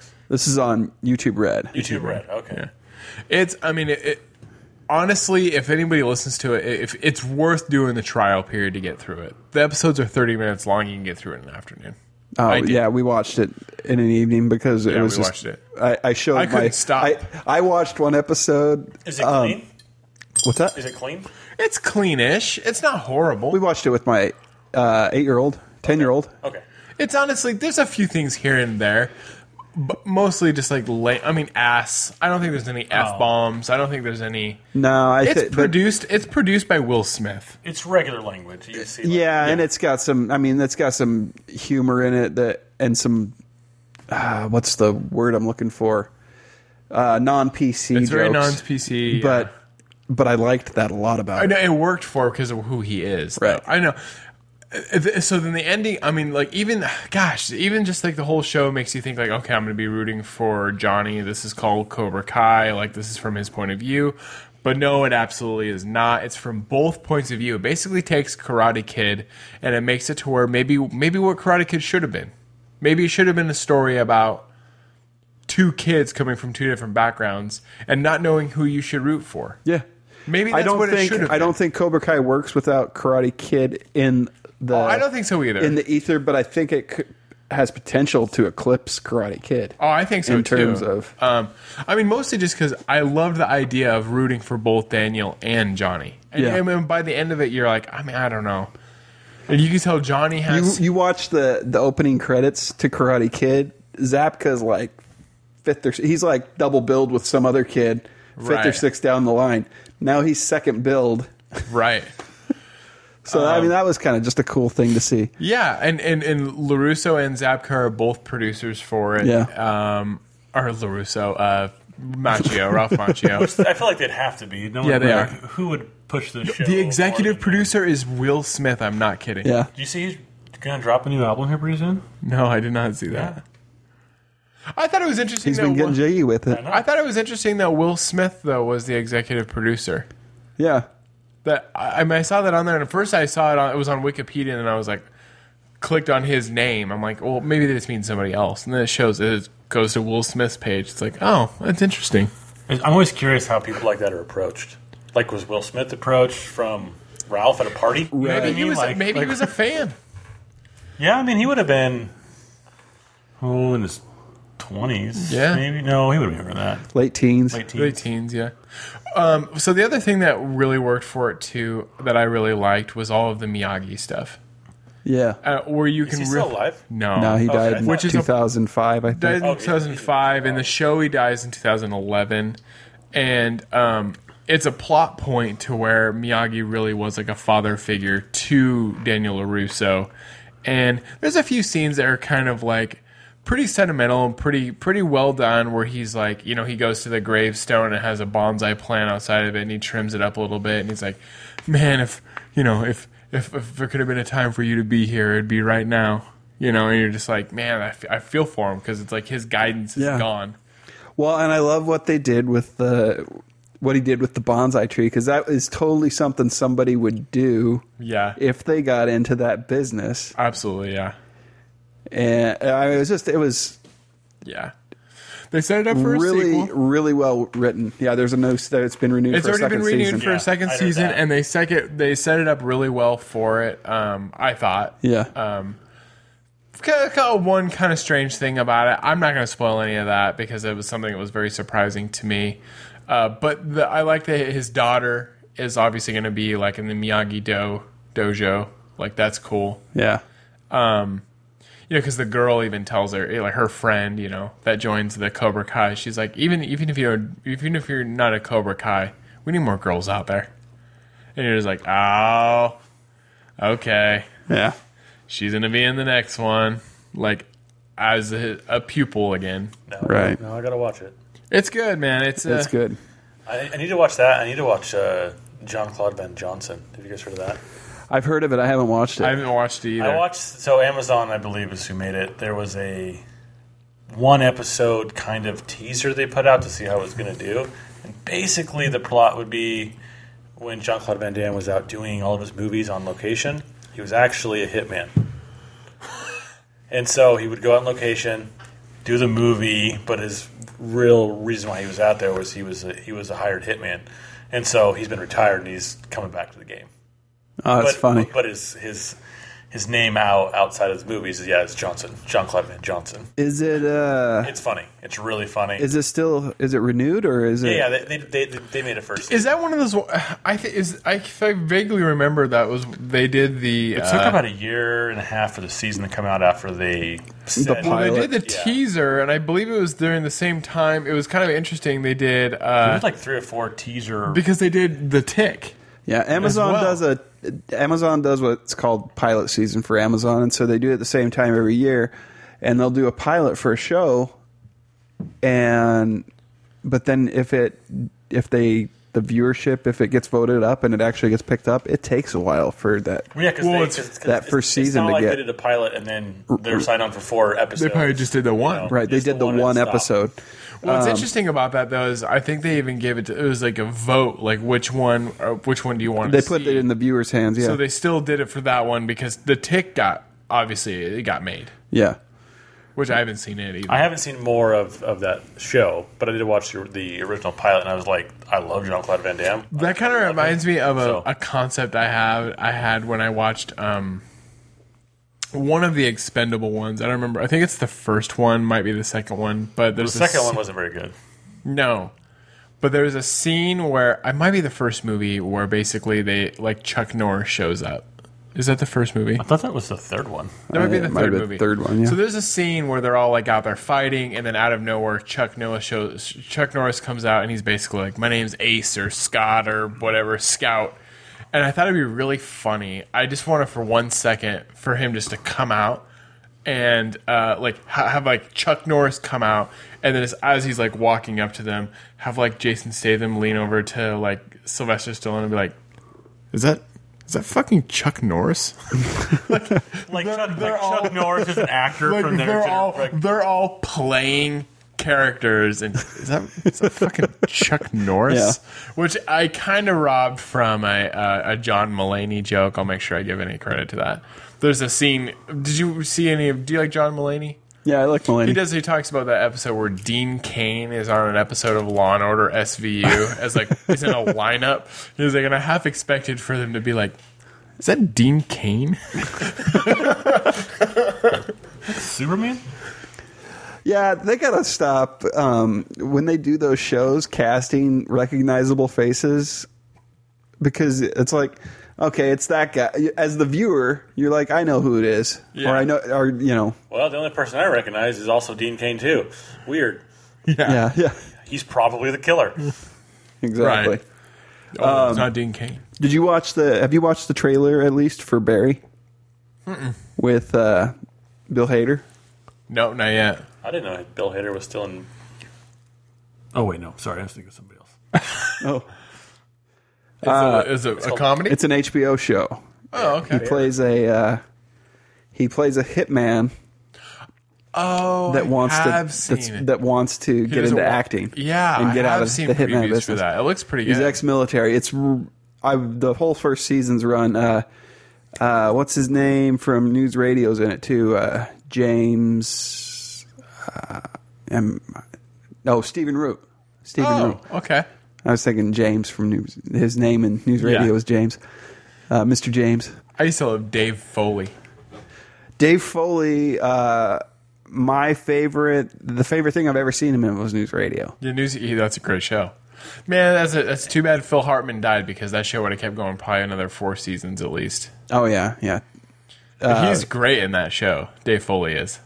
YouTube Red. YouTube Red. Okay. It's. I mean, it, it, honestly, if anybody listens to it, if it's worth doing the trial period to get through it. The episodes are thirty minutes long. You can get through it in an afternoon. Oh I did. yeah, we watched it in an evening because it Yeah, was we just. watched it. I, I showed. I couldn't my, stop. I, I watched one episode. Is it um, clean? What's that? Is it clean? It's cleanish. It's not horrible. We watched it with my uh, eight-year-old, ten-year-old. Okay. It's honestly there's a few things here and there. But mostly just like la I mean ass. I don't think there's any f bombs. I don't think there's any. No, I It's thi- but- produced. It's produced by Will Smith. It's regular language. You see, like, Yeah, and it's got some. I mean, it's got some humor in it that and some uh, what's the word I'm looking for? Uh, non PC. It's very non-PC, yeah. but but I liked that a lot about I it. know it worked for because of who he is. though. Right. I know. Uh, th- So then the ending. I mean, like even gosh, even just like the whole show makes you think like, okay, I'm going to be rooting for Johnny. This is called Cobra Kai. Like this is from his point of view. But no, it absolutely is not. It's from both points of view. It basically takes Karate Kid and it makes it to where maybe maybe what Karate Kid should have been. Maybe it should have been a story about two kids coming from two different backgrounds and not knowing who you should root for. Yeah, Maybe I that's don't what it think should have I don't been. think Cobra Kai works without Karate Kid in the. Oh, I don't think so either. in the ether, but I think it c- has potential to eclipse Karate Kid. oh, I think so in terms too. of- um, I mean, mostly just because I loved the idea of rooting for both Daniel and Johnny. And, Yeah. and then by the end of it, you're like, I mean, I don't know. And you can tell Johnny You has. you watch the the opening credits to Karate Kid. Zapka's like fifth or he's like double billed with some other kid, fifth or Right. sixth down the line. Now he's second billed. right. So I Um, mean that was kind of just a cool thing to see. Yeah, and and and Larusso and Zabka are both producers for it. Yeah. Um, or Larusso, uh, Machio, Ralph Machio. I feel like they'd have to be. No one Yeah, they would- are. Who would push this show? the more executive than- producer is Will Smith. I'm not kidding. Yeah. Do you see he's going to drop a new album here pretty soon? No, I did not see that. I thought it was interesting. He's that been one- getting jiggy with it. I thought it was interesting that Will Smith though was the executive producer. Yeah. That I, I mean, I saw that on there, and at first I saw it on it was on Wikipedia, and then I was like, clicked on his name. I'm like, well, maybe they just mean somebody else, and then it shows it goes to Will Smith's page. It's like, oh, that's interesting. I'm always curious how How people like that are approached. Like was Will Smith approached from Ralph at a party? Right. Maybe I he mean, was like- maybe like- he was a fan. Yeah, I mean, he would have been oh in his twenties. Yeah. maybe no, he would have been over that. Late teens. Late teens. Late teens, yeah. Um, so the other thing that really worked for it too, that I really liked, was all of the Miyagi stuff, Yeah. uh, where you can he real- still alive? No, No, he died in Oh, Which is a- 2005, I died think. in Oh, yeah. 2005 and the show he dies in 2011 and um, it's a plot point to where miyagi really was like a father figure to daniel larusso and there's a few scenes that are kind of like pretty sentimental and pretty pretty well done where he's like you know he goes to the gravestone and has a bonsai plant outside of it and he trims it up a little bit and he's like man if you know if if, if there could have been a time for you to be here it'd be right now you know and you're just like man I f- I feel for him because it's like his guidance is Yeah. gone Well, and I love what they did with the what he did with the bonsai tree because that is totally something somebody would do yeah if they got into that business. absolutely yeah And I mean, it was just it was yeah they set it up for a really sequel really well written. Yeah, there's a no it's been renewed it's for a already second been renewed season. for Yeah, a second I heard season that. and they second they set it up really well for it um i thought yeah. um k- k- one kind of strange thing about it i'm not going to spoil any of that because it was something that was very surprising to me uh, but the, i like that his daughter is obviously going to be like in the miyagi do dojo like that's cool yeah. you know, because the girl even tells her, eh, like her friend, you know, that joins the Cobra Kai. She's like, even even if you don't, even if you're not a Cobra Kai, we need more girls out there. And you're just like, oh, okay, Yeah. she's gonna be in the next one, like as a, a pupil again. No, Right. No, I gotta watch it. It's good, man. It's uh, That's good. I, I need to watch that. I need to watch uh, John Claude Van Johnson. Have you guys heard of that? I've heard of it. I haven't watched it. I haven't watched it either. I watched so Amazon, I believe, is who made it. There was a one episode kind of teaser they put out to see how it was going to do, and basically the plot would be when Jean Claude Van Damme was out doing all of his movies on location, he was actually a hitman, and so he would go out on location, do the movie, but his real reason why he was out there was he was a, he was a hired hitman, and so he's been retired and he's coming back to the game oh, that's but, funny. But his his his name out outside of his movies is yeah, it's Johnson, John Claude Van Johnson. Is it uh It's funny. It's really funny. is it still is it renewed or is it yeah, yeah, they, they, they, they made it first. Is that one of those? I th- is I, I vaguely remember that was they did the. it Uh, took about a year and a half for the season to come out after they said, pilot. Well, they did the Yeah. teaser, and I believe it was during the same time. It was kind of interesting. They did There uh, was like three or four teaser. because they did the tick. Yeah, Amazon well. does a Amazon does what's called pilot season for Amazon, and so they do it at the same time every year. and they'll do a pilot for a show, and but then if it if they the viewership if it gets voted up and it actually gets picked up, it takes a while for that. Well, yeah, because Well, they, it's- 'cause- 'cause that it's- first it's season not to like get- they did a pilot and then they're signed on for four episodes. They probably just did the one. No. Right, they Just did the, and one stop. episode. Well, Um, what's interesting about that though is I think they even gave it to it was like a vote, like which one, uh, which one do you want? They to put see? it in the viewers' hands. Yeah, So they still did it for that one because the tick got obviously it got made, yeah. which I haven't seen it either. I haven't seen more of, of that show, but I did watch the, the original pilot, and I was like, I love Jean Claude Van Damme. that kind of reminds me of a, So- a concept I have I had when I watched um one of the expendable ones. I don't remember. I think it's the first one, might be the second one, but The there's a second s- one wasn't very good. No. But there's a scene where it might be the first movie where basically they like Chuck Norris shows up. Is that the first movie? I thought that was the third one. That might be Uh, the it might third have been the movie. third one, yeah. So there's a scene where they're all like out there fighting, and then out of nowhere, Chuck Norris shows. Chuck Norris comes out, and he's basically like, "My name's Ace or Scott or whatever Scout." And I thought it'd be really funny. I just wanted for one second for him just to come out and uh, like ha- have like Chuck Norris come out, and then as, as he's like walking up to them, have like Jason Statham lean over to like Sylvester Stallone and be like, "Is that is that fucking Chuck Norris?" Like, Chuck, they're like all- Chuck Norris is an actor Like, from their they're gener- all like, they're all playing characters and is that, is that fucking Chuck Norris? Which I kind of robbed from a, uh, a John Mulaney joke. I'll make sure I give any credit to that. There's a scene. Did you see any of? Do you like John Mulaney? Yeah, I like He Mulaney. does. He talks about that episode where Dean Kane is on an episode of Law and Order SVU as like he's in a lineup. He's like, and I half expected for them to be like, "Is that Dean Kane?" Superman? Yeah, they gotta stop um, when they do those shows casting recognizable faces because it's like, okay, it's that guy. As the viewer, you're like, I know who it is, or I know, or you know, Well, the only person I recognize is also Dean Kane, too. Weird. yeah, yeah, He's probably the killer. exactly. Right. Oh, no, it's not Dean Kane. Did you watch the? Have you watched the trailer at least for Barry with uh, Bill Hader? No, not yet. I didn't know Bill Hader was still in. Oh, wait, no. Sorry, I was thinking of somebody else. Oh, Is it, is it a comedy? Uh, it's an HBO show. oh, okay. He plays a uh, he plays a hitman Oh, that wants I to have seen that's- it. that wants to He get doesn't into wa- acting. Yeah, and get I have out of seen the hitman previews business. for that. Oh, It looks pretty He's good. ex-military. It's r- I the whole first season's run. Uh, uh, what's his name from News Radio's in it too? Uh, James. Uh, um, oh, Stephen Root. Stephen oh, Root. okay. I was thinking James from News. His name in News Radio Yeah. is James. Uh, Mr. James. I used to love Dave Foley. Dave Foley, uh, my favorite, the favorite thing I've ever seen him in was News Radio. The news. he- That's a great show. Man, that's a, that's too bad Phil Hartman died because that show would have kept going probably another four seasons at least. Oh yeah, yeah, Uh, But he's great in that show. Dave Foley is.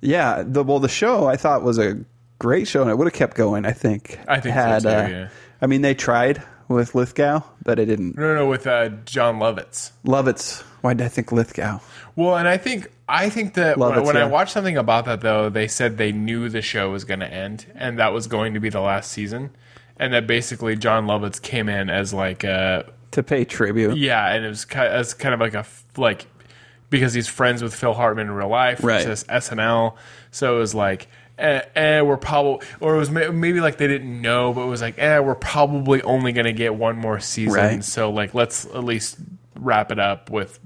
yeah. The well, the show I thought was a great show, and it would have kept going. I think. uh, I think so, too, yeah. I mean, they tried with Lithgow, but it didn't. No, no, no, with uh, John Lovitz. Lovitz. Why did I think Lithgow? Well, and I think I think that Love when, it, when I yeah. watched something about that though, they said they knew the show was going to end and that was going to be the last season, and that basically John Lovitz came in as like a To pay tribute. yeah, and it was ki as kind of like a f- like because he's friends with Phil Hartman in real life, Right. which is SNL, so it was like. Eh, eh, we're probably, or it was may- maybe like they didn't know, but it was like, eh, we're probably only gonna get one more season, Right. so like let's at least wrap it up with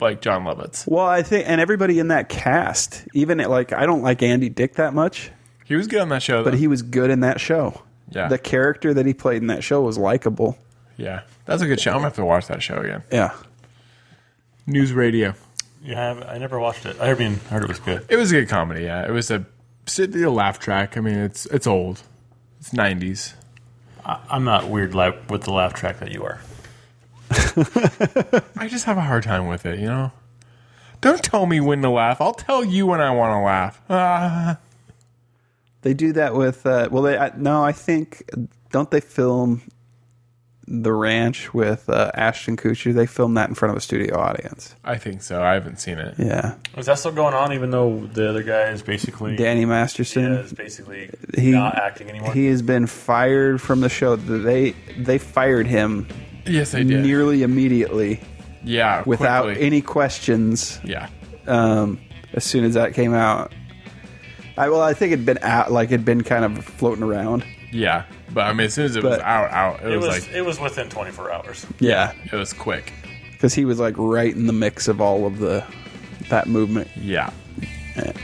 like John Lovitz. Well, I think, and everybody in that cast, even at, like I don't like Andy Dick that much, He was good on that show, though. but he was good in that show. Yeah. The character that he played in that show was likable. Yeah, that's a good show. I'm gonna have to watch that show again. Yeah. News Radio. Yeah, I, I never watched it. I mean, heard it was good. It was a good comedy. Yeah, it was a sit a laugh track. I mean, it's it's old. It's 90s. I, I'm not weird li- with the laugh track that you are. I just have a hard time with it. You know. Don't tell me when to laugh. I'll tell you when I want to laugh. Ah. They do that with uh, well, they I, no, I think don't they film The Ranch with uh, Ashton Kutcher. They filmed that in front of a studio audience. I think so. I haven't seen it. Yeah, Is that still going on? Even though the other guy is basically Danny yeah, Masterson. is basically He- not acting anymore. He has been fired from the show. They they fired him Yes, I did. nearly immediately yeah, without quickly. any questions. Yeah, um, as soon as that came out. I well, I think it'd been out, like it'd been kind of floating around. yeah. But I mean, as soon as it was But- out, out, it, it was, was like it was within 24 hours. Yeah, it was quick. because he was like right in the mix of all of the that movement. Yeah.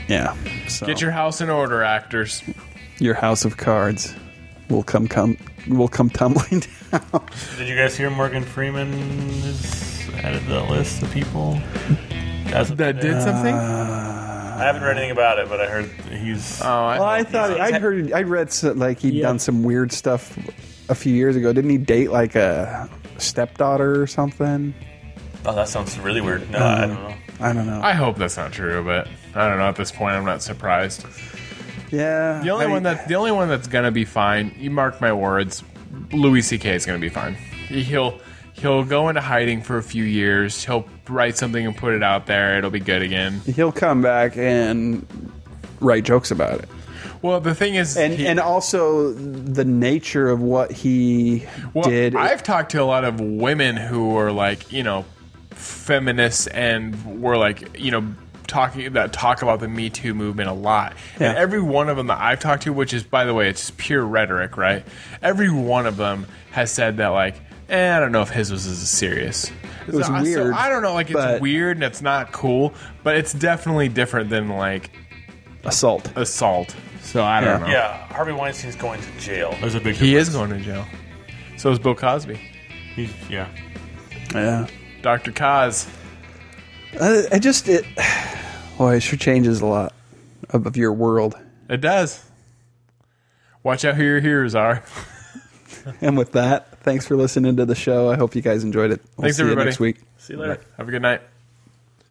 Yeah, so Get your house in order, actors. your House of Cards will come come will come tumbling down. Did you guys hear Morgan Freeman has added to the list of people? As of That today? did something. I haven't read anything about it, but I heard he's. oh, I, well, I thought I'd heard I'd read some, like he had done some weird stuff a few years ago. Didn't he date like a stepdaughter or something? oh, that sounds really weird. No, I don't know. I don't know. I hope that's not true, but I don't know. At this point, I'm not surprised. yeah, The only I- one that the only one that's gonna be fine. You mark my words. Louis C.K. is gonna be fine. He'll he'll go into hiding for a few years. He'll write something and put it out there. It'll be good again. he'll come back and write jokes about it. Well, the thing is, And he- and also the nature of what he Well, did. I've talked to a lot of women who are like, you know, feminists and were like, you know, talking that talk about the Me Too movement a lot. And Yeah. every one of them that I've talked to, which is by the way, it's pure rhetoric, right? Every one of them has said that like, eh, I don't know if his was as serious. It was weird, I don't know, like it's but- weird and it's not cool, but it's definitely different than like assault. assault. So I don't Yeah. know. Yeah, Harvey Weinstein's going to jail. There's a big. He is going to jail. So is Bill Cosby. He's, yeah. Yeah. Dr. Cos. I, I just it. Boy, it sure changes a lot of, of your world. It does. Watch out who your heroes are. And with that, thanks for listening to the show. I hope you guys enjoyed it. We'll Thanks, see you everybody. next week. See you later. Have a good night.